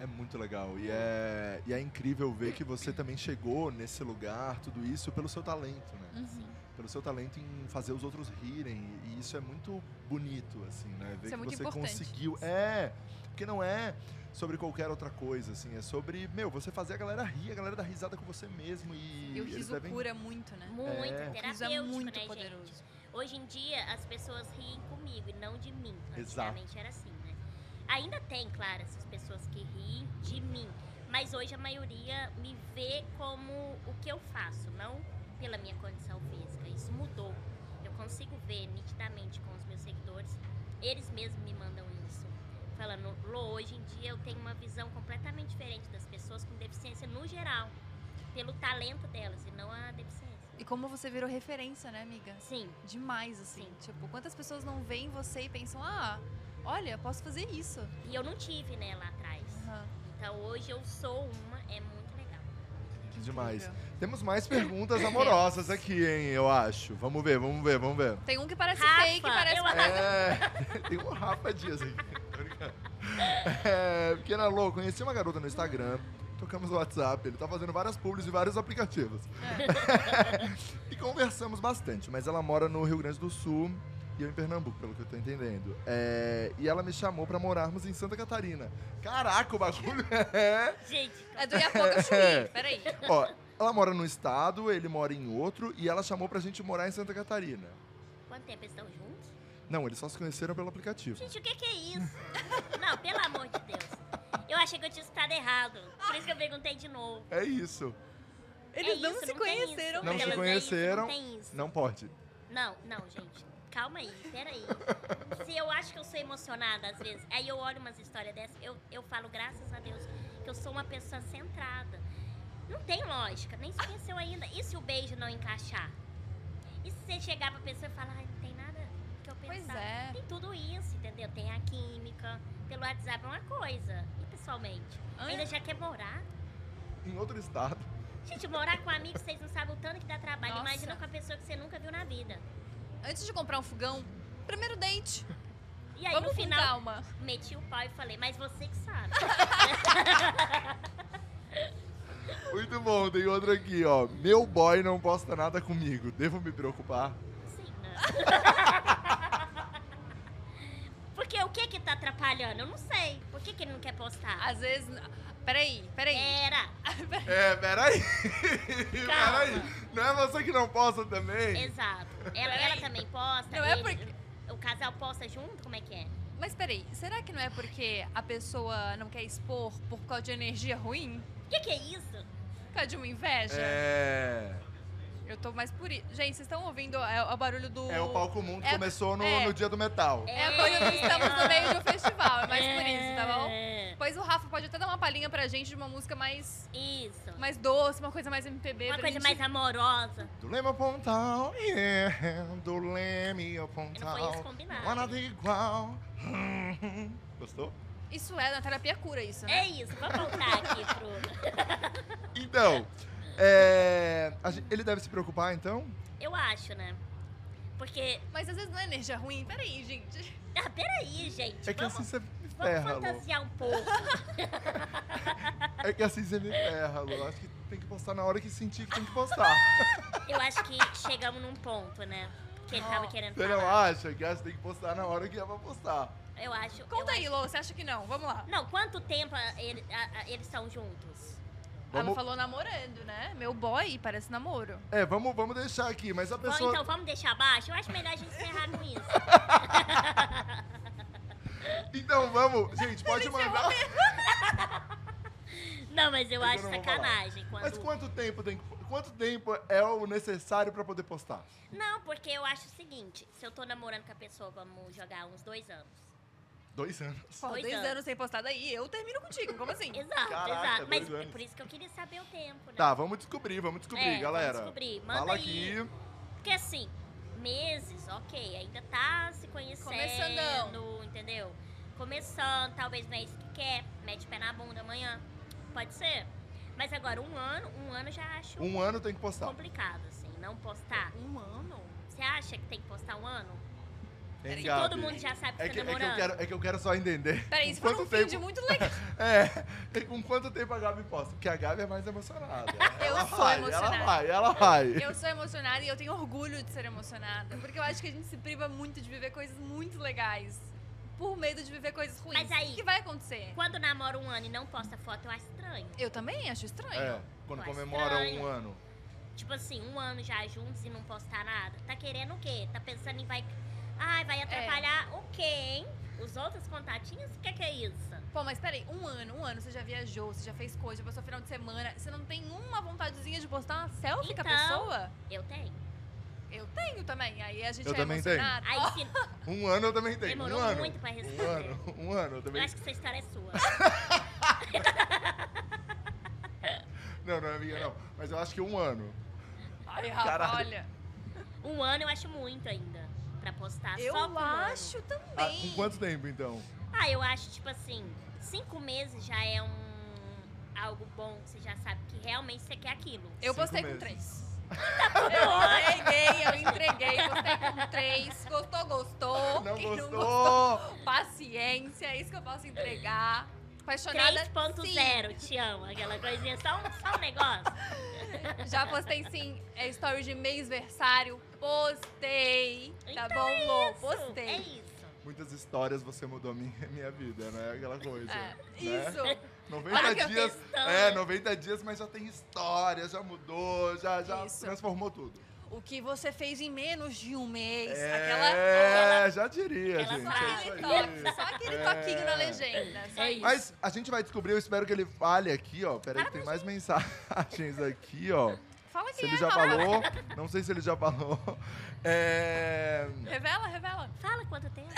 Speaker 2: É muito legal. E é, e é incrível ver que você também chegou nesse lugar, tudo isso, pelo seu talento, né?
Speaker 1: Uhum.
Speaker 2: Pelo seu talento em fazer os outros rirem. E isso é muito bonito, assim, né?
Speaker 1: Isso
Speaker 2: Ver
Speaker 1: é
Speaker 2: que
Speaker 1: muito
Speaker 2: você
Speaker 1: importante.
Speaker 2: conseguiu. É! Porque não é sobre qualquer outra coisa, assim. É sobre, meu, você fazer a galera rir, a galera dar risada com você mesmo. E
Speaker 1: E o
Speaker 2: eles
Speaker 1: riso
Speaker 2: devem-
Speaker 1: cura muito, né?
Speaker 2: É.
Speaker 3: Muito,
Speaker 1: O riso
Speaker 3: terapêutico,
Speaker 1: é muito
Speaker 3: né,
Speaker 1: poderoso.
Speaker 3: gente? Hoje em dia, as pessoas riem comigo e não de mim.
Speaker 2: Exato.
Speaker 3: Antigamente era assim, né? Ainda tem, claro, essas pessoas que riem de mim. Mas hoje a maioria me vê como o que eu faço, não pela minha condição física. Isso mudou. Eu consigo ver nitidamente com os meus seguidores. Eles mesmos me mandam isso. Falando, Lô, hoje em dia eu tenho uma visão completamente diferente das pessoas com deficiência no geral. Pelo talento delas e não a deficiência.
Speaker 1: E como você virou referência, né, amiga?
Speaker 3: Sim.
Speaker 1: Demais, assim.
Speaker 3: Sim.
Speaker 1: Tipo, quantas pessoas não veem você e pensam, ah, olha, posso fazer isso.
Speaker 3: E eu não tive, né, lá atrás.
Speaker 1: Aham.
Speaker 3: Então hoje eu sou uma, é muito legal.
Speaker 2: Que demais.
Speaker 1: é Incrível.
Speaker 2: Temos mais perguntas amorosas aqui, hein, eu acho. Vamos ver, vamos ver, vamos ver.
Speaker 1: Tem um que parece
Speaker 3: Rafa,
Speaker 1: fake, parece...
Speaker 3: eu
Speaker 2: É, tem um Rafa Dias aqui. Tô brincando. É, pequena Lô, conheci uma garota no Instagram, tocamos o WhatsApp, ele tá fazendo várias publis de vários aplicativos. e conversamos bastante, mas ela mora no Rio Grande do Sul e eu em Pernambuco, pelo que eu tô entendendo. É, e ela me chamou pra morarmos em Santa Catarina. Caraca, o bagulho é...
Speaker 3: Gente,
Speaker 1: É do Iapoca Chuí, peraí.
Speaker 2: Ó, ela mora num estado, ele mora em outro, e ela chamou pra gente morar em Santa Catarina.
Speaker 3: quanto tempo eles estão juntos?
Speaker 2: Não, eles só se conheceram pelo aplicativo.
Speaker 3: Gente, o que, que é isso? não, pelo amor de Deus. Eu achei que eu tinha escutado errado. Por isso que eu perguntei de novo.
Speaker 2: É isso.
Speaker 1: Eles
Speaker 3: É
Speaker 1: não
Speaker 3: isso,
Speaker 1: se
Speaker 3: tem isso.
Speaker 1: conheceram
Speaker 2: Não se
Speaker 1: mesmo.
Speaker 3: Elas é isso,
Speaker 2: conheceram.
Speaker 3: Não tem isso.
Speaker 2: Não pode.
Speaker 3: Não, não, gente. Calma aí, peraí. Se eu acho que eu sou emocionada às vezes, aí eu olho umas histórias dessas, eu, eu falo, graças a Deus, que eu sou uma pessoa centrada. Não tem lógica, nem se conheceu ainda. E se o beijo não encaixar? E se você chegar pra pessoa e falar, ai, não tem nada que eu pensar?
Speaker 1: Pois é.
Speaker 3: Tem tudo isso, entendeu? Tem a química, pelo WhatsApp é uma coisa, e pessoalmente?
Speaker 1: Hã?
Speaker 3: Ainda já quer morar?
Speaker 2: Em outro estado.
Speaker 3: Gente, morar com amigos, vocês não sabem o tanto que dá trabalho.
Speaker 1: Nossa.
Speaker 3: Imagina com a pessoa que você nunca viu na vida.
Speaker 1: Antes de comprar um fogão, primeiro date.
Speaker 3: É, E aí,
Speaker 1: Vamos
Speaker 3: no
Speaker 1: com
Speaker 3: final,
Speaker 1: calma.
Speaker 3: meti o pau e falei, mas você que sabe.
Speaker 2: Muito bom, tem outro aqui, ó. Meu boy não posta nada comigo. Devo me preocupar?
Speaker 3: Sim, né? Porque o que que tá atrapalhando? Eu não sei. Por que que ele não quer postar?
Speaker 1: Às vezes... Peraí, peraí.
Speaker 3: Era.
Speaker 1: Ah,
Speaker 2: É, peraí.
Speaker 3: Calma.
Speaker 2: peraí. Não é você que não posta também?
Speaker 3: Exato. Ela,
Speaker 1: Peraí.
Speaker 3: ela também posta.
Speaker 1: Não é
Speaker 3: ele-
Speaker 1: porque-
Speaker 3: O casal posta junto? Como é que é?
Speaker 1: Mas peraí, será que não é porque a pessoa não quer expor por causa de energia ruim?
Speaker 3: O que que é isso?
Speaker 1: Por causa de uma inveja?
Speaker 2: É.
Speaker 1: Eu tô mais por isso. Gente, vocês estão ouvindo é, o barulho do.
Speaker 2: É o palco mundo
Speaker 1: É-
Speaker 2: começou no,
Speaker 1: é.
Speaker 2: no dia do metal.
Speaker 1: É a coisa que estamos no meio de um festival, é mais
Speaker 3: É.
Speaker 1: por isso, tá bom? Pois o Rafa pode até dar uma palhinha pra gente de uma música mais,
Speaker 3: Isso.
Speaker 1: mais doce, uma coisa mais MPB.
Speaker 3: Uma
Speaker 1: pra
Speaker 3: coisa
Speaker 1: gente-
Speaker 3: mais amorosa.
Speaker 2: Do Leme ao Pontal, yeah, do Leme ao Pontal.
Speaker 3: Não foi isso combinado.
Speaker 2: não há Ah, nada igual. Hum, Gostou?
Speaker 1: Isso é, na terapia cura isso, né?
Speaker 3: É isso. Vou voltar aqui pro...
Speaker 2: Então, é, a gen- ele deve se preocupar, então?
Speaker 3: Eu acho, né? Porque...
Speaker 1: Mas às vezes não é energia ruim. Peraí, gente.
Speaker 3: Ah, peraí, gente.
Speaker 2: É que
Speaker 3: vamos...
Speaker 2: assim você me
Speaker 3: Vamos
Speaker 2: ferra, Lô.
Speaker 3: fantasiar um pouco.
Speaker 2: É que assim você me ferra, Lô. Acho que tem que postar na hora que sentir que tem que postar.
Speaker 3: Eu acho que chegamos num ponto, né? Que ele tava
Speaker 1: Ó,
Speaker 3: querendo
Speaker 2: Você não
Speaker 3: falar.
Speaker 2: acha que acha que tem que postar na hora que é pra postar?
Speaker 3: Eu acho.
Speaker 1: Conta
Speaker 3: eu
Speaker 1: aí, Lô, você acha que não? Vamos lá.
Speaker 3: acho- Não, quanto tempo a- ele- a- a- eles estão juntos?
Speaker 1: Ela
Speaker 2: Vamos-
Speaker 1: falou namorando, né? Meu boy parece namoro.
Speaker 2: É, vamos, vamos deixar aqui, mas a
Speaker 3: Bom,
Speaker 2: pessoa.
Speaker 3: então vamos deixar abaixo? Eu acho melhor a gente encerrar com isso.
Speaker 2: Então vamos, gente, pode mandar.
Speaker 3: Não, mas eu
Speaker 2: Então
Speaker 3: acho
Speaker 2: não vou
Speaker 3: sacanagem. Quando...
Speaker 2: Mas quanto tempo tem que. Quanto tempo é o necessário pra poder postar?
Speaker 3: Não, porque eu acho o seguinte: se eu tô namorando com a pessoa, vamos jogar uns dois anos.
Speaker 2: Dois anos.
Speaker 1: Pô,
Speaker 3: Dois
Speaker 1: dois
Speaker 3: anos.
Speaker 1: anos sem postar daí, eu termino contigo. Como assim?
Speaker 3: Exato,
Speaker 2: Caraca,
Speaker 3: exato. Mas
Speaker 2: dois
Speaker 3: é
Speaker 2: anos.
Speaker 3: por isso que eu queria saber o tempo, né?
Speaker 2: Tá, vamos descobrir, vamos descobrir,
Speaker 3: É, vamos
Speaker 2: galera.
Speaker 3: descobrir. Manda
Speaker 2: Fala
Speaker 3: aí.
Speaker 2: aqui.
Speaker 3: Porque assim, meses, ok, ainda tá se conhecendo,
Speaker 1: Começandão.
Speaker 3: entendeu? Começando, talvez não é isso que quer, mete o pé na bunda amanhã, pode ser. Mas agora, um ano, um ano eu já acho
Speaker 2: Um ano tem que postar.
Speaker 3: complicado, assim, não postar.
Speaker 1: Um ano?
Speaker 3: Você acha que tem que postar um ano?
Speaker 2: Hein,
Speaker 3: Se
Speaker 2: Gabi?
Speaker 3: todo mundo já sabe que
Speaker 2: é
Speaker 3: tá
Speaker 2: que, é, que
Speaker 3: namorando.
Speaker 2: eu quero, é que eu quero só entender.
Speaker 1: Peraí,
Speaker 2: com
Speaker 1: isso foi um
Speaker 2: tempo,
Speaker 1: feed muito legal.
Speaker 2: É, e com quanto tempo a Gabi posta? Porque a Gabi é mais emocionada.
Speaker 1: Eu
Speaker 2: ela
Speaker 1: sou
Speaker 2: vai,
Speaker 1: emocionada.
Speaker 2: Ela vai, ela vai. É,
Speaker 1: Eu sou emocionada e eu tenho orgulho de ser emocionada. Porque eu acho que a gente se priva muito de viver coisas muito legais. Por medo de viver coisas ruins.
Speaker 3: Mas aí-
Speaker 1: O que vai acontecer?
Speaker 3: Quando namora um ano e não posta foto, eu acho estranho.
Speaker 1: Eu também acho estranho.
Speaker 2: É, quando
Speaker 3: Mas
Speaker 2: comemora um
Speaker 3: estranho.
Speaker 2: ano.
Speaker 3: Tipo assim, um ano já juntos e não postar nada. Tá querendo o quê? Tá pensando em vai. Ai, vai atrapalhar o quê, hein? Os outros contatinhos? O que, que é isso?
Speaker 1: Pô, mas peraí, um ano, um ano, você já viajou, você já fez coisa, já passou final de semana. Você não tem uma vontadezinha de postar uma selfie com a
Speaker 3: Então.
Speaker 1: pessoa?
Speaker 3: Eu tenho.
Speaker 1: Eu tenho também. Aí a gente
Speaker 2: Eu
Speaker 1: é
Speaker 2: também tenho.
Speaker 1: emocionada.
Speaker 3: Aí se
Speaker 2: Um ano eu também tenho.
Speaker 3: demorou
Speaker 2: um ano.
Speaker 3: muito pra
Speaker 2: um
Speaker 3: responder.
Speaker 2: ano, um ano eu
Speaker 3: Eu
Speaker 2: também.
Speaker 3: acho que essa história é sua.
Speaker 2: Não, não é minha, não. Mas eu acho que um ano.
Speaker 1: Ai, Rafa,
Speaker 2: Caralho.
Speaker 1: olha.
Speaker 3: Um ano eu acho muito ainda pra postar.
Speaker 1: Eu
Speaker 3: só por um ano.
Speaker 1: acho
Speaker 2: Ah,
Speaker 1: também.
Speaker 2: com quanto tempo, então?
Speaker 3: Ah, eu acho, tipo assim, cinco meses já é um algo bom, que você já sabe que realmente você quer aquilo.
Speaker 1: Eu
Speaker 2: Cinco
Speaker 1: postei com
Speaker 2: meses.
Speaker 1: três. Eu entreguei, eu entreguei, postei com três. Gostou, gostou.
Speaker 2: Não
Speaker 1: Quem
Speaker 2: gostou?
Speaker 1: Paciência, é isso que eu posso entregar. Apaixonada.
Speaker 3: 3.0, te amo. Aquela coisinha, só um, só um negócio.
Speaker 1: sim. Já postei sim. É story de mês-versário. Postei. Tá
Speaker 3: Então
Speaker 1: bom, Lô?
Speaker 3: Isso, É
Speaker 1: Postei.
Speaker 3: isso.
Speaker 2: Muitas histórias você mudou a minha, minha vida, né? Aquela coisa.
Speaker 1: É,
Speaker 2: né?
Speaker 1: isso.
Speaker 2: 90
Speaker 3: que eu
Speaker 2: dias.
Speaker 3: fiz tanto.
Speaker 2: É, 90 dias, mas já tem história, já mudou, já, já
Speaker 1: Isso.
Speaker 2: transformou tudo.
Speaker 1: O que você fez em menos de um mês.
Speaker 2: é,
Speaker 1: Aquela. aquela
Speaker 2: já diria,
Speaker 3: aquela
Speaker 2: gente.
Speaker 1: só
Speaker 2: é
Speaker 1: aquele
Speaker 2: isso aí.
Speaker 1: toque, só aquele
Speaker 2: É.
Speaker 1: toquinho na legenda. Só
Speaker 3: É
Speaker 1: isso.
Speaker 2: Mas a gente vai descobrir, eu espero que ele fale aqui, ó. Peraí, que tem mais mensagens aqui, ó.
Speaker 1: Fala
Speaker 2: Se
Speaker 1: quem
Speaker 2: ele
Speaker 1: é,
Speaker 2: já
Speaker 1: fala.
Speaker 2: falou, não sei se ele já falou. É.
Speaker 1: Revela, revela.
Speaker 3: Fala quanto tempo.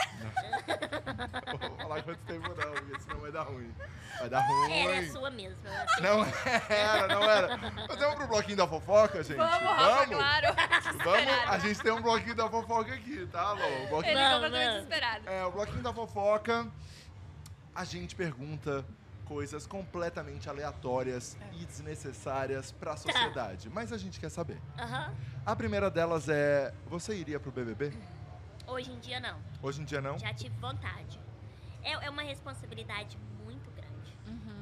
Speaker 2: Não vou falar quanto tempo, não, porque senão vai dar ruim. Vai dar ruim.
Speaker 3: Era a sua mesmo. eu acho.
Speaker 2: Não era, não era. Mas vamos pro bloquinho da fofoca, gente?
Speaker 1: Vamos, né? Rafa, claro.
Speaker 2: Vamos,
Speaker 1: Desesperado.
Speaker 2: a gente tem um bloquinho da fofoca aqui, tá, Lô? O bloquinho,
Speaker 1: Ele
Speaker 3: Vamos,
Speaker 1: é completamente
Speaker 3: vamos.
Speaker 1: desesperado.
Speaker 2: é, o bloquinho da fofoca, a gente pergunta coisas completamente aleatórias
Speaker 3: É.
Speaker 2: e desnecessárias pra
Speaker 3: Tá.
Speaker 2: sociedade. Mas a gente quer saber.
Speaker 3: Aham.
Speaker 2: A primeira delas é, você iria pro BBB?
Speaker 3: Hoje em dia, não.
Speaker 2: Hoje em dia não?
Speaker 3: Já tive vontade. É, é uma responsabilidade muito grande.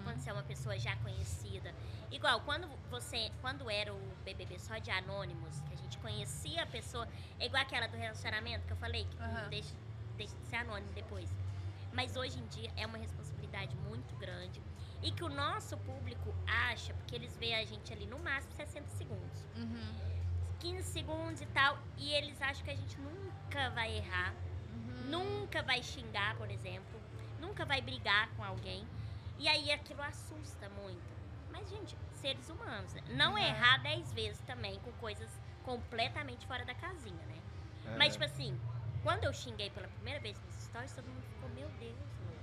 Speaker 3: Quando você é uma pessoa já conhecida. Igual, quando você. Quando era o BBB só de anônimos, que a gente conhecia a pessoa. É igual aquela do relacionamento que eu falei, que
Speaker 1: Aham.
Speaker 3: deixa, deixa de ser anônimo depois. Mas hoje em dia é uma responsabilidade muito grande. E que o nosso público acha, porque eles veem a gente ali no máximo 60 segundos.
Speaker 1: Uhum,
Speaker 3: 15 segundos e tal. E eles acham que a gente nunca vai errar.
Speaker 1: uhum.
Speaker 3: Nunca vai xingar, por exemplo. Nunca vai brigar com alguém. E aí aquilo assusta muito. Mas, gente, seres humanos, né? Não
Speaker 1: Uhum.
Speaker 3: errar dez vezes também com coisas completamente fora da casinha, né?
Speaker 2: É.
Speaker 3: Mas, tipo assim, quando eu xinguei pela primeira vez nos stories, todo mundo ficou, meu Deus, Lu,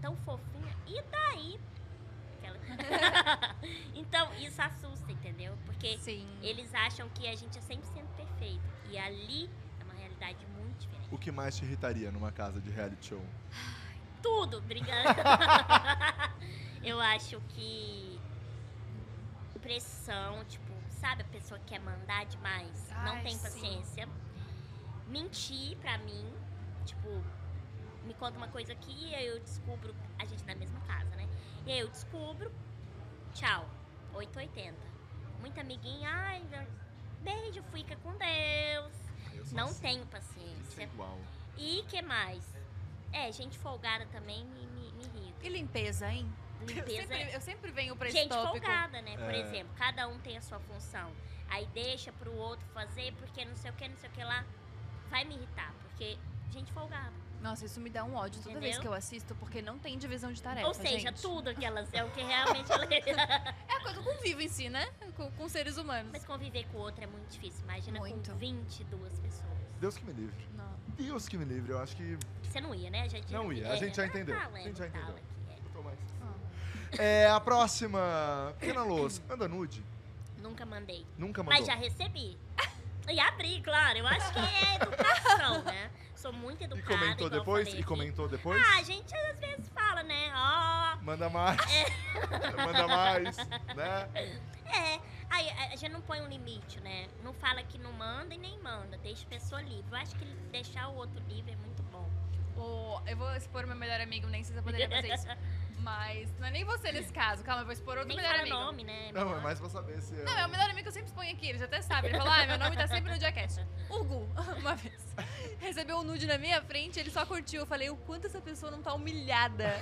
Speaker 3: tão fofinha. E daí? Aquela- então, isso assusta, entendeu? Porque
Speaker 1: Sim.
Speaker 3: eles acham que a gente é 100% perfeito. E ali é uma realidade muito diferente.
Speaker 2: O que mais te irritaria numa casa de reality show?
Speaker 3: tudo, brincando. eu acho que pressão, tipo, sabe, a pessoa quer mandar demais,
Speaker 1: Ai,
Speaker 3: não tem
Speaker 1: sim.
Speaker 3: paciência. Mentir pra mim, tipo, me conta uma coisa aqui e aí eu descubro, a gente na mesma casa, né? E aí eu descubro, tchau, 880. Muita amiguinha, ai, beijo, fica com Deus.
Speaker 2: Eu sou
Speaker 3: Não
Speaker 2: assim,
Speaker 3: tenho
Speaker 2: isso é
Speaker 3: paciência.
Speaker 2: igual.
Speaker 3: E que mais? É, gente folgada também me, me, me irrita.
Speaker 1: E limpeza, hein? Eu
Speaker 3: Limpeza é
Speaker 1: sempre, eu sempre venho pra esse
Speaker 3: gente
Speaker 1: tópico.
Speaker 3: folgada, né? Por
Speaker 2: É.
Speaker 3: exemplo, cada um tem a sua função. Aí deixa pro outro fazer, porque não sei o que, não sei o que lá. Vai me irritar, porque gente folgada.
Speaker 1: Nossa, isso me dá um ódio toda vez
Speaker 3: Entendeu?
Speaker 1: que eu assisto, porque não tem divisão de tarefa,
Speaker 3: Ou seja,
Speaker 1: É, gente.
Speaker 3: tudo aquelas é o que realmente ela
Speaker 1: É a coisa do convívio em si, né? Com, com seres humanos.
Speaker 3: Mas conviver com o outro é muito difícil. Imagina
Speaker 1: Muito.
Speaker 3: com 22 pessoas.
Speaker 2: Deus que me livre.
Speaker 1: Não.
Speaker 2: Deus que me livre, eu acho que
Speaker 3: Você não ia, né? A gente
Speaker 2: Não ia, a gente
Speaker 3: é
Speaker 2: já entendeu,
Speaker 3: Fala,
Speaker 2: a gente já
Speaker 3: fala
Speaker 2: entendeu.
Speaker 3: que
Speaker 2: Eu tô mais.
Speaker 1: Ah.
Speaker 2: É, a próxima. Pequena Luz, anda nude?
Speaker 3: é. Nunca mandei.
Speaker 2: Nunca mandou.
Speaker 3: Mas já recebi. E abri, claro. Eu acho que é educação, né? Sou muito
Speaker 2: E
Speaker 3: educada.
Speaker 2: comentou
Speaker 3: igual eu
Speaker 2: depois?
Speaker 3: falei
Speaker 2: E
Speaker 3: aqui.
Speaker 2: comentou depois?
Speaker 3: Ah, a gente às vezes fala, né? Ó.
Speaker 2: Manda mais. Manda mais, né?
Speaker 3: é. Aí a- a gente não põe um limite, né? Não fala que não manda e nem manda. Deixa a pessoa livre. Eu acho que deixar o outro livre é muito bom.
Speaker 1: O- eu vou expor meu melhor amigo, nem sei se eu poderia fazer isso. Mas não é nem você nesse caso. Calma, eu vou expor outro
Speaker 3: nem
Speaker 1: melhor
Speaker 3: fala
Speaker 1: amigo.
Speaker 3: nome, né?
Speaker 2: Não, é mais pra saber se. eu-
Speaker 1: Não, é o melhor amigo que eu sempre exponho aqui, ele já até sabe. Ele falou, ah, meu nome tá sempre no diacast. Hugo, uma vez, recebeu um nude na minha frente, ele só curtiu. Eu falei, o quanto essa pessoa não tá humilhada.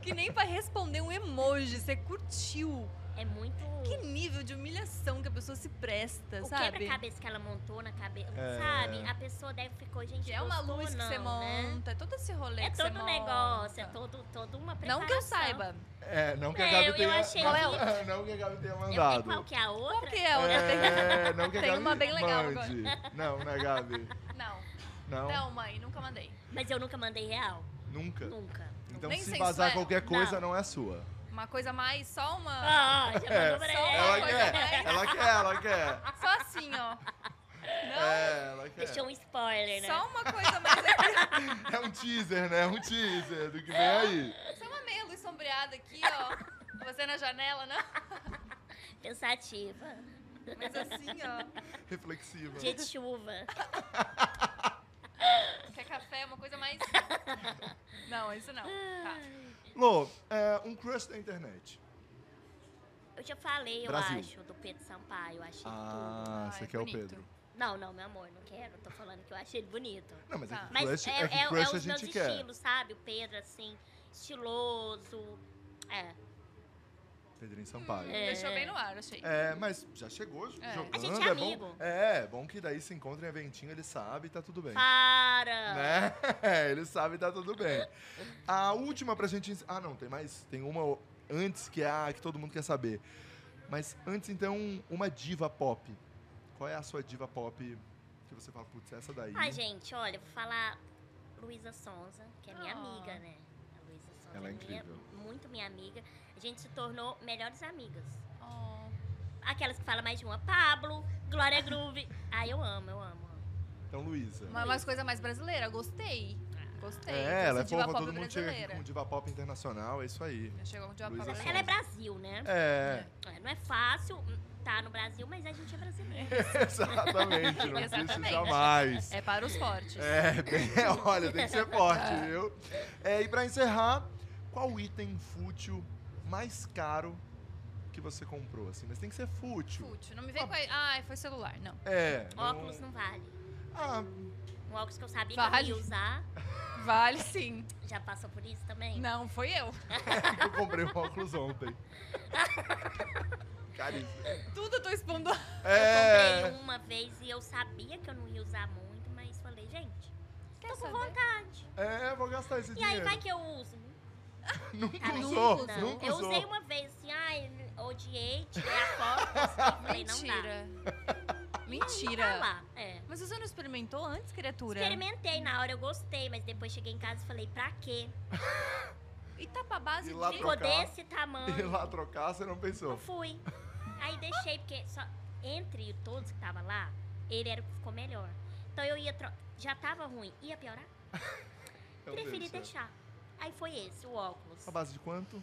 Speaker 1: Que nem pra responder um emoji, você curtiu.
Speaker 3: É muito.
Speaker 1: Que nível de humilhação que a pessoa se presta,
Speaker 3: O
Speaker 1: sabe?
Speaker 3: quebra-cabeça que ela montou na cabeça,
Speaker 2: É.
Speaker 3: sabe? A pessoa deve ficou, gente,
Speaker 1: Que é uma
Speaker 3: gostou,
Speaker 1: luz que
Speaker 3: não,
Speaker 1: você
Speaker 3: né?
Speaker 1: monta, é todo esse rolê
Speaker 3: É
Speaker 1: que você
Speaker 3: todo um
Speaker 1: monta.
Speaker 3: negócio, é todo, todo uma preparação.
Speaker 1: Não que eu saiba.
Speaker 2: É, não que a
Speaker 3: É,
Speaker 2: Gabi
Speaker 3: eu- eu
Speaker 2: tenha.
Speaker 3: achei
Speaker 2: não,
Speaker 3: que-
Speaker 2: não que a Gabi tenha
Speaker 3: Eu sei qual
Speaker 2: mandado.
Speaker 3: que é a
Speaker 1: Qual
Speaker 3: outra.
Speaker 1: que é? o-
Speaker 2: É, não que a
Speaker 1: Tem
Speaker 2: Gabi
Speaker 1: uma bem legal agora.
Speaker 2: mande. Não, né, Gabi?
Speaker 1: Não,
Speaker 2: Não,
Speaker 1: não, mãe, nunca mandei.
Speaker 3: Mas eu nunca mandei real.
Speaker 2: nunca.
Speaker 3: Nunca.
Speaker 2: Então,
Speaker 1: Nem
Speaker 2: se
Speaker 1: sei se
Speaker 2: vazar
Speaker 1: é.
Speaker 2: qualquer coisa,
Speaker 3: Não.
Speaker 2: não é sua.
Speaker 1: Uma coisa mais, só uma.
Speaker 3: Ah, já mandou
Speaker 2: É,
Speaker 3: pra
Speaker 1: só
Speaker 3: ele.
Speaker 1: uma
Speaker 2: Ela
Speaker 1: coisa
Speaker 2: quer,
Speaker 1: mais.
Speaker 2: ela quer, ela quer.
Speaker 1: Só assim, ó. Não,
Speaker 2: É, ela quer.
Speaker 3: Deixou um spoiler, né?
Speaker 1: só uma coisa mais aqui.
Speaker 2: É um teaser, né? É um teaser do que vem aí.
Speaker 1: Só uma meia luz sombreada aqui, ó. Você na janela, não?
Speaker 3: Pensativa.
Speaker 1: Mas assim, ó.
Speaker 2: Reflexiva.
Speaker 3: Dia de chuva.
Speaker 1: Quer café, uma coisa mais. Não, isso não. Tá.
Speaker 2: Lô, é, um crush da internet.
Speaker 3: Eu já falei, eu
Speaker 2: Brasil.
Speaker 3: acho, do Pedro Sampaio. Eu achei tudo.
Speaker 2: Ah,
Speaker 1: Ah,
Speaker 2: você
Speaker 1: é
Speaker 2: quer o
Speaker 1: bonito.
Speaker 2: Pedro.
Speaker 3: Não, não, meu amor, não quero. Tô falando que eu achei ele bonito.
Speaker 2: Não, mas é
Speaker 1: Tá.
Speaker 2: que
Speaker 3: Mas
Speaker 2: crush,
Speaker 3: é,
Speaker 2: é, que
Speaker 3: é-
Speaker 2: crush
Speaker 3: é
Speaker 2: a
Speaker 3: os meus
Speaker 2: gente quer.
Speaker 3: estilos, sabe? O Pedro, assim, estiloso. É.
Speaker 2: Pedrinho Sampaio. É.
Speaker 3: É.
Speaker 1: Hum, Deixou bem no ar, achei.
Speaker 2: mas já chegou j-
Speaker 1: É.
Speaker 2: jogando.
Speaker 3: A gente é
Speaker 2: bom-
Speaker 3: amigo.
Speaker 2: É, bom que daí se encontra em eventinho, ele sabe e tá tudo bem.
Speaker 3: Para!
Speaker 2: Né? Ele sabe e tá tudo bem. A última pra gente. ens- Ah, não, tem mais. Tem uma antes que é a que todo mundo quer saber. Mas antes, então, uma diva pop. Qual é a sua diva pop que você fala, putz, essa daí?
Speaker 3: Ai, gente, olha, vou falar Luísa Sonza, que é minha
Speaker 1: Ah.
Speaker 3: amiga, né? A Luísa Sonza
Speaker 2: Ela é
Speaker 3: minha,
Speaker 2: incrível.
Speaker 3: muito minha amiga. A gente se tornou melhores amigas.
Speaker 1: Oh,
Speaker 3: Aquelas que falam mais de uma, Pablo, Glória Groove. Ai, eu amo, eu amo. amo.
Speaker 2: Então, Luísa.
Speaker 1: uma- umas coisas mais brasileiras. Gostei. Gostei.
Speaker 2: É, ela é
Speaker 1: Essa diva
Speaker 2: fofa,
Speaker 1: pop
Speaker 2: todo mundo chega aqui
Speaker 1: brasileira.
Speaker 2: com diva pop internacional, é isso aí.
Speaker 1: Chegou com diva pop
Speaker 2: Luísa
Speaker 1: brasileira.
Speaker 3: Ela é Brasil, né?
Speaker 2: É,
Speaker 3: É, Não é fácil tá no Brasil, mas a gente é brasileiro.
Speaker 2: exatamente, não existe
Speaker 1: Exatamente.
Speaker 2: jamais.
Speaker 1: É para os fortes.
Speaker 2: É, bem, olha, tem que ser forte,
Speaker 3: Tá.
Speaker 2: viu? É, e pra encerrar, qual item fútil mais caro que você comprou, assim? Mas tem que ser fútil.
Speaker 1: Fútil. Não me vem com. a- Ai, foi celular. Não.
Speaker 2: É.
Speaker 3: Óculos não vale.
Speaker 2: Ah,
Speaker 3: Um óculos que eu sabia que
Speaker 1: Vale.
Speaker 3: eu não ia usar.
Speaker 1: Vale sim.
Speaker 3: Já passou por isso também?
Speaker 1: Não, foi eu.
Speaker 2: eu comprei um óculos ontem. Caríssimo.
Speaker 1: Tudo eu tô expondo.
Speaker 3: Eu
Speaker 2: É.
Speaker 3: comprei uma vez e eu sabia que eu não ia usar muito, mas falei, gente,
Speaker 1: Quer
Speaker 3: tô com
Speaker 1: saber?
Speaker 3: vontade.
Speaker 2: É, vou gastar esse
Speaker 3: E aí,
Speaker 2: dinheiro.
Speaker 3: vai que eu uso.
Speaker 2: Nunca
Speaker 3: Ah, mas
Speaker 2: usou,
Speaker 1: nunca
Speaker 3: Não,
Speaker 2: nunca
Speaker 3: eu
Speaker 2: usou.
Speaker 3: usei uma vez assim, ai, odiei, tirei a foto, postei, falei, não dá.
Speaker 1: Mentira.
Speaker 3: Tá
Speaker 1: Mentira.
Speaker 3: lá, é.
Speaker 1: Mas você não experimentou antes, criatura?
Speaker 3: Experimentei na hora, eu gostei, mas depois cheguei em casa e falei, pra quê?
Speaker 1: E tá pra base
Speaker 2: E
Speaker 1: de...
Speaker 2: lá
Speaker 3: Ficou
Speaker 2: trocar.
Speaker 3: desse tamanho.
Speaker 2: E lá trocar, você não
Speaker 3: Eu
Speaker 2: pensou.
Speaker 3: fui. Aí deixei, porque só entre todos que tava lá, ele era o que ficou melhor. Então eu ia tro... Já tava ruim, ia piorar?
Speaker 2: Meu
Speaker 3: Preferi
Speaker 2: Deus do céu. Tá
Speaker 3: deixar. Aí foi esse, o óculos.
Speaker 2: um é. A base de quanto?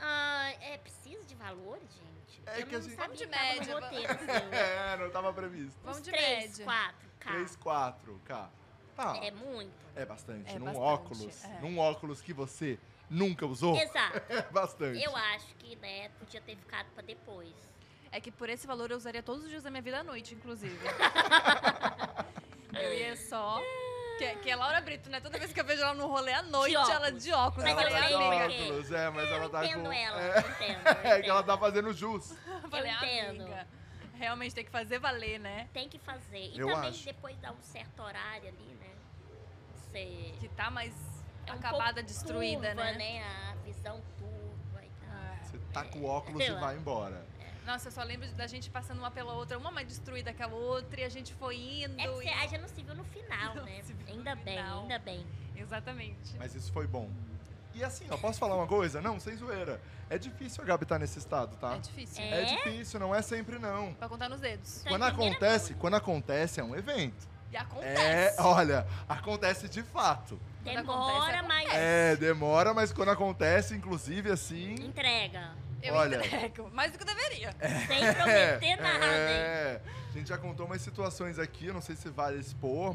Speaker 3: Ah, é preciso de valores, gente?
Speaker 2: É
Speaker 3: eu
Speaker 2: que a
Speaker 3: não
Speaker 2: gente-
Speaker 3: sabia
Speaker 1: Vamos de
Speaker 3: que tava
Speaker 1: média,
Speaker 3: no
Speaker 1: vamos-
Speaker 3: roteiro, assim.
Speaker 2: É, não tava previsto.
Speaker 1: Vamos
Speaker 3: Uns
Speaker 1: de
Speaker 3: três,
Speaker 1: média.
Speaker 3: quatro, cara.
Speaker 2: 3, 4, K. Tá.
Speaker 3: É muito.
Speaker 2: É bastante.
Speaker 1: É
Speaker 2: num
Speaker 1: bastante,
Speaker 2: óculos.
Speaker 1: é.
Speaker 2: Num óculos que você nunca usou.
Speaker 3: Exato.
Speaker 2: É bastante.
Speaker 3: Eu acho que, né, podia ter ficado pra depois.
Speaker 1: É que por esse valor eu usaria todos os dias da minha vida à noite, inclusive. eu ia só... Que, que é Laura Brito, né? Toda vez que eu vejo ela no rolê à noite, ela é
Speaker 3: óculos.
Speaker 1: de óculos.
Speaker 3: Mas
Speaker 2: ela
Speaker 1: eu
Speaker 3: eu
Speaker 2: tá de
Speaker 1: falei,
Speaker 3: lembro
Speaker 1: amiga.
Speaker 3: que-
Speaker 2: óculos, é, mas ela tá
Speaker 3: entendo
Speaker 2: com.
Speaker 3: ela,
Speaker 2: É,
Speaker 3: entendo. eu
Speaker 2: é que ela
Speaker 3: entendo.
Speaker 2: tá fazendo jus.
Speaker 1: Eu falei,
Speaker 3: entendo.
Speaker 1: é amiga. Realmente tem que fazer valer, né?
Speaker 3: Tem que fazer. E
Speaker 2: Eu
Speaker 3: também
Speaker 2: acho.
Speaker 3: depois dá um certo horário ali, né? Você.
Speaker 1: Que tá mais
Speaker 3: É um
Speaker 1: acabada,
Speaker 3: pouco
Speaker 1: destruída,
Speaker 3: turva,
Speaker 1: né?
Speaker 3: A visão turva e tal.
Speaker 1: Ah.
Speaker 2: Você taca o óculos e
Speaker 3: Eu
Speaker 2: vai embora.
Speaker 1: Nossa, eu só lembro da gente passando uma pela outra, uma mais destruída que a outra, e a gente foi indo.
Speaker 3: É
Speaker 1: e-
Speaker 3: que você, a gente não se viu no final,
Speaker 1: Não
Speaker 3: né?
Speaker 1: se viu no
Speaker 3: Ainda bem,
Speaker 1: final.
Speaker 3: ainda bem.
Speaker 1: Exatamente.
Speaker 2: Mas isso foi bom. E assim, ó, posso falar uma coisa? Não, sem zoeira. É difícil a Gabi tá nesse estado, tá?
Speaker 1: É difícil.
Speaker 3: É.
Speaker 2: É difícil, não é sempre não.
Speaker 1: Pra contar nos dedos.
Speaker 3: Tá
Speaker 2: Quando
Speaker 3: em primeira
Speaker 2: acontece,
Speaker 3: mão.
Speaker 2: quando acontece é um evento.
Speaker 1: E acontece.
Speaker 2: É, olha, acontece de fato.
Speaker 1: Quando
Speaker 3: Demora,
Speaker 1: acontece,
Speaker 3: mas
Speaker 2: É, demora, mas quando acontece, inclusive assim,
Speaker 3: entrega.
Speaker 1: eu
Speaker 2: olha.
Speaker 1: entrego. Mais do que eu deveria.
Speaker 3: Sem prometer nada, hein?
Speaker 2: É, a gente já contou umas situações aqui, eu não sei se vale expor,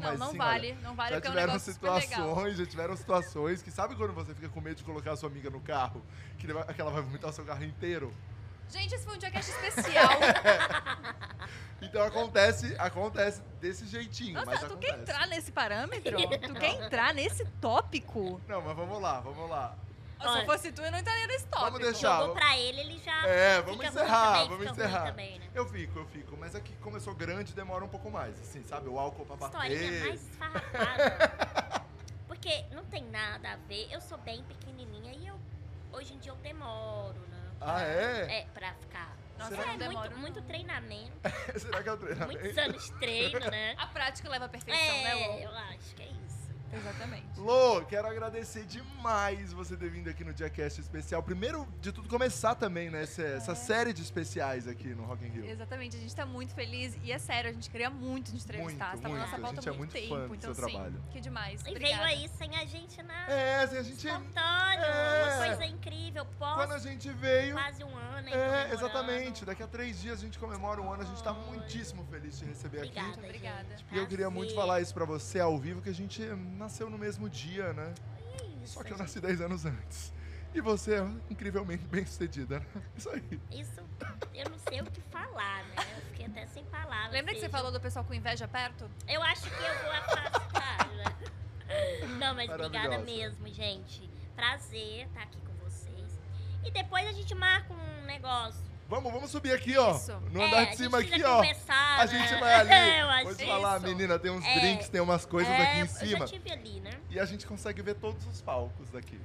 Speaker 1: não,
Speaker 2: mas
Speaker 1: não
Speaker 2: sim,
Speaker 1: vale. não
Speaker 2: olha,
Speaker 1: vale porque
Speaker 2: já
Speaker 1: é um
Speaker 2: tiveram
Speaker 1: negócio super legal.
Speaker 2: situações, já tiveram situações que sabe quando você fica com medo de colocar a sua amiga no carro, que, ele vai- que ela vai vomitar o seu carro inteiro?
Speaker 1: Gente, esse foi um diacast especial.
Speaker 2: Então acontece, acontece desse jeitinho, mas
Speaker 1: Nossa, tu quer
Speaker 2: acontece.
Speaker 1: entrar nesse parâmetro? Tu quer entrar nesse tópico?
Speaker 2: Não, mas vamos lá, vamos lá.
Speaker 1: Se
Speaker 3: Olha.
Speaker 1: eu fosse tu, eu não entraria nesse tópico.
Speaker 2: deixar. Tchau.
Speaker 3: Jogou pra ele, ele
Speaker 1: Ah,
Speaker 3: já.
Speaker 2: É, vamos
Speaker 3: fica ruim
Speaker 2: encerrar,
Speaker 3: também,
Speaker 2: vamos
Speaker 3: fica ruim
Speaker 2: encerrar.
Speaker 3: também, né?
Speaker 2: Eu fico, eu fico, mas aqui como eu sou grande demora um pouco mais, assim, sabe? O álcool pra
Speaker 3: Historinha
Speaker 2: bater.
Speaker 3: mais esfarrapada. Porque não tem nada a ver. Eu sou bem pequenininha e eu. Hoje em dia eu demoro, né?
Speaker 2: Ah, é?
Speaker 3: É, pra ficar.
Speaker 1: Nossa,
Speaker 2: Será
Speaker 1: eu
Speaker 3: É,
Speaker 1: não demoro.
Speaker 3: muito, muito treinamento,
Speaker 2: Será que é o treinamento?
Speaker 3: muitos anos de treino, né?
Speaker 1: A prática leva à perfeição, né,
Speaker 3: É,
Speaker 1: Lô?
Speaker 3: eu acho que é isso.
Speaker 1: Exatamente.
Speaker 2: Lô, quero agradecer demais você ter vindo aqui no Diacast especial. Primeiro de tudo, começar também, né? Essa, essa série de especiais aqui no Rock in Rio.
Speaker 1: Exatamente, a gente tá muito feliz e é sério, a gente queria muito te entrevistar.
Speaker 2: Muito,
Speaker 1: você tá na
Speaker 2: muito.
Speaker 1: nossa
Speaker 2: A
Speaker 1: pauta
Speaker 2: gente
Speaker 1: há
Speaker 2: é
Speaker 1: muito
Speaker 2: muito
Speaker 1: tempo.
Speaker 2: fã do
Speaker 1: então,
Speaker 2: seu
Speaker 1: sim,
Speaker 2: trabalho.
Speaker 1: que demais.
Speaker 3: E veio
Speaker 1: Obrigada.
Speaker 3: aí sem a gente nada.
Speaker 2: É, assim, a gente.
Speaker 3: Espontâneo,
Speaker 2: É.
Speaker 3: uma coisa incrível.
Speaker 2: Quando
Speaker 3: Pós,
Speaker 2: a gente veio.
Speaker 3: quase um ano. aí
Speaker 2: É,
Speaker 3: comemorando.
Speaker 2: exatamente. Daqui a três dias a gente comemora um ano. A gente tá
Speaker 3: Oi.
Speaker 2: muitíssimo feliz de te receber aqui.
Speaker 3: Obrigada,
Speaker 1: Muito obrigada.
Speaker 3: gente.
Speaker 2: E eu queria muito
Speaker 3: Prazer.
Speaker 2: falar isso pra você ao vivo, que a gente nasceu no mesmo dia, né?
Speaker 3: Isso,
Speaker 2: Só que eu
Speaker 3: gente.
Speaker 2: nasci 10 anos antes. E você é incrivelmente bem sucedida, né? Isso aí.
Speaker 3: Isso, eu não sei o que falar, né? Eu fiquei até sem palavras.
Speaker 1: Lembra que você
Speaker 3: assim,
Speaker 1: falou do pessoal com inveja perto?
Speaker 3: Eu acho que eu vou afastar. né? Não, mas obrigada
Speaker 2: Maravilhosa.
Speaker 3: mesmo, gente. Prazer estar aqui com vocês. E depois a gente marca um negócio.
Speaker 2: Vamos, vamos subir aqui, ó.
Speaker 1: Isso.
Speaker 2: No
Speaker 3: É,
Speaker 2: andar
Speaker 3: a
Speaker 2: de cima
Speaker 3: gente
Speaker 2: aqui,
Speaker 3: precisa
Speaker 2: ó.
Speaker 3: conversar,
Speaker 2: A
Speaker 3: né?
Speaker 2: gente vai ali.
Speaker 3: Eu acho
Speaker 2: Vou te
Speaker 3: que-
Speaker 2: falar,
Speaker 1: isso.
Speaker 2: menina, tem uns
Speaker 3: É.
Speaker 2: drinks, tem umas coisas
Speaker 3: É,
Speaker 2: aqui em
Speaker 3: Eu já
Speaker 2: cima.
Speaker 3: tive ali, né?
Speaker 2: E a gente consegue ver todos os palcos daqui.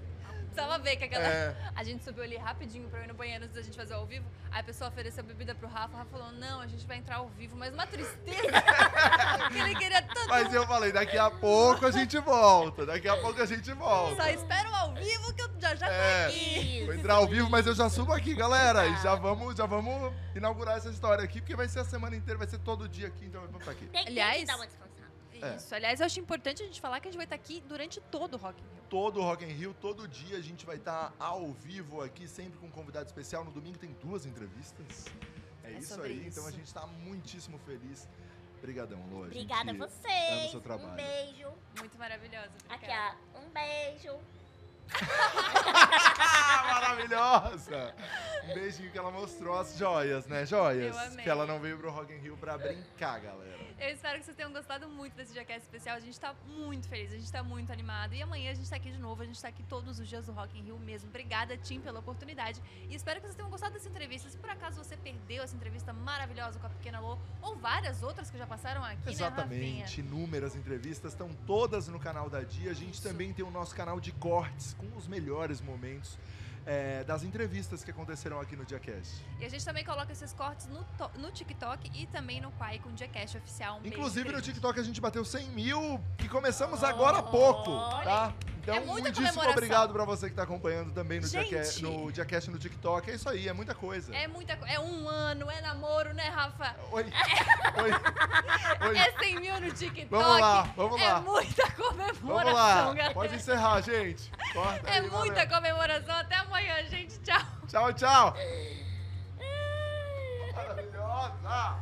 Speaker 1: Precisava ver que aquela.
Speaker 2: É.
Speaker 1: A gente subiu ali rapidinho pra eu ir no banheiro antes da gente fazer ao vivo. Aí a pessoa ofereceu bebida pro Rafa. O Rafa falou: Não, a gente vai entrar ao vivo. Mas uma tristeza. que ele queria tanto.
Speaker 2: É, Mas eu falei, daqui a pouco a gente volta. Daqui a pouco a gente volta.
Speaker 1: Só espero ao vivo que eu já já tô
Speaker 2: É.
Speaker 1: aqui.
Speaker 3: Isso.
Speaker 2: Vou entrar ao vivo, mas eu já subo aqui, galera. E já
Speaker 3: Tá.
Speaker 2: vamos, já vamos inaugurar essa história aqui, porque vai ser a semana inteira, vai ser todo dia aqui, então vamos pra aqui.
Speaker 3: Tem, Aliás,
Speaker 1: Aliás-
Speaker 3: tem que dar uma descansada.
Speaker 2: É.
Speaker 1: Isso. Aliás, eu acho importante a gente falar que a gente vai estar aqui durante todo o Rock in Rio.
Speaker 2: Todo o Rock in Rio, todo dia a gente vai estar ao vivo aqui, sempre com um convidado especial. No domingo tem duas entrevistas. É,
Speaker 1: É
Speaker 2: isso
Speaker 1: sobre
Speaker 2: aí, então a
Speaker 1: isso.
Speaker 2: gente tá muitíssimo feliz. Obrigadão, Lô.
Speaker 3: Obrigada a
Speaker 2: gente... ama o
Speaker 3: vocês.
Speaker 2: seu
Speaker 3: Um
Speaker 2: trabalho.
Speaker 3: beijo.
Speaker 1: Muito maravilhosa.
Speaker 3: Aqui,
Speaker 1: obrigada.
Speaker 3: ó. Um beijo.
Speaker 2: Maravilhosa! Um beijinho que ela mostrou as joias, né? Joias.
Speaker 1: Eu amei.
Speaker 2: Que ela não veio pro Rock in Rio pra brincar, galera.
Speaker 1: Eu espero que vocês tenham gostado muito desse Jackass especial. A gente tá muito feliz, a gente tá muito animado. E amanhã a gente tá aqui de novo, a gente tá aqui todos os dias do Rock in Rio mesmo. Obrigada, Tim, pela oportunidade. E espero que vocês tenham gostado dessa entrevista. Se por acaso você perdeu essa entrevista maravilhosa com a Pequena Lô, ou várias outras que já passaram aqui, né, Rafinha?
Speaker 2: Exatamente, inúmeras entrevistas estão todas no canal da Dia. A gente
Speaker 1: Isso.
Speaker 2: também tem o nosso canal de cortes com os melhores momentos é, das entrevistas que aconteceram aqui no Diacast.
Speaker 1: E a gente também coloca esses cortes no, to- no TikTok e também no Quai com o Jackass oficial. Um beijo
Speaker 2: Inclusive no
Speaker 1: grande.
Speaker 2: TikTok a gente bateu 100 mil e começamos
Speaker 3: Oh,
Speaker 2: agora há pouco,
Speaker 3: olha.
Speaker 2: tá? Então,
Speaker 1: É muita
Speaker 2: muitíssimo
Speaker 1: comemoração.
Speaker 2: obrigado pra você que tá acompanhando também no
Speaker 1: Gente.
Speaker 2: Diacast no, Diacast no TikTok. É isso aí, é muita coisa.
Speaker 1: É muita co- É um ano, é namoro, né, Rafa?
Speaker 2: Oi, oi, oi.
Speaker 1: É 100 mil no TikTok.
Speaker 2: Vamos lá, vamos
Speaker 1: é
Speaker 2: lá.
Speaker 1: muita
Speaker 2: Vamos
Speaker 1: comemoração,
Speaker 2: lá.
Speaker 1: galera.
Speaker 2: Pode encerrar, gente. Corta
Speaker 1: É
Speaker 2: aí, valeu.
Speaker 1: muita comemoração. Até amanhã, gente. Tchau.
Speaker 2: Tchau, tchau. Maravilhosa.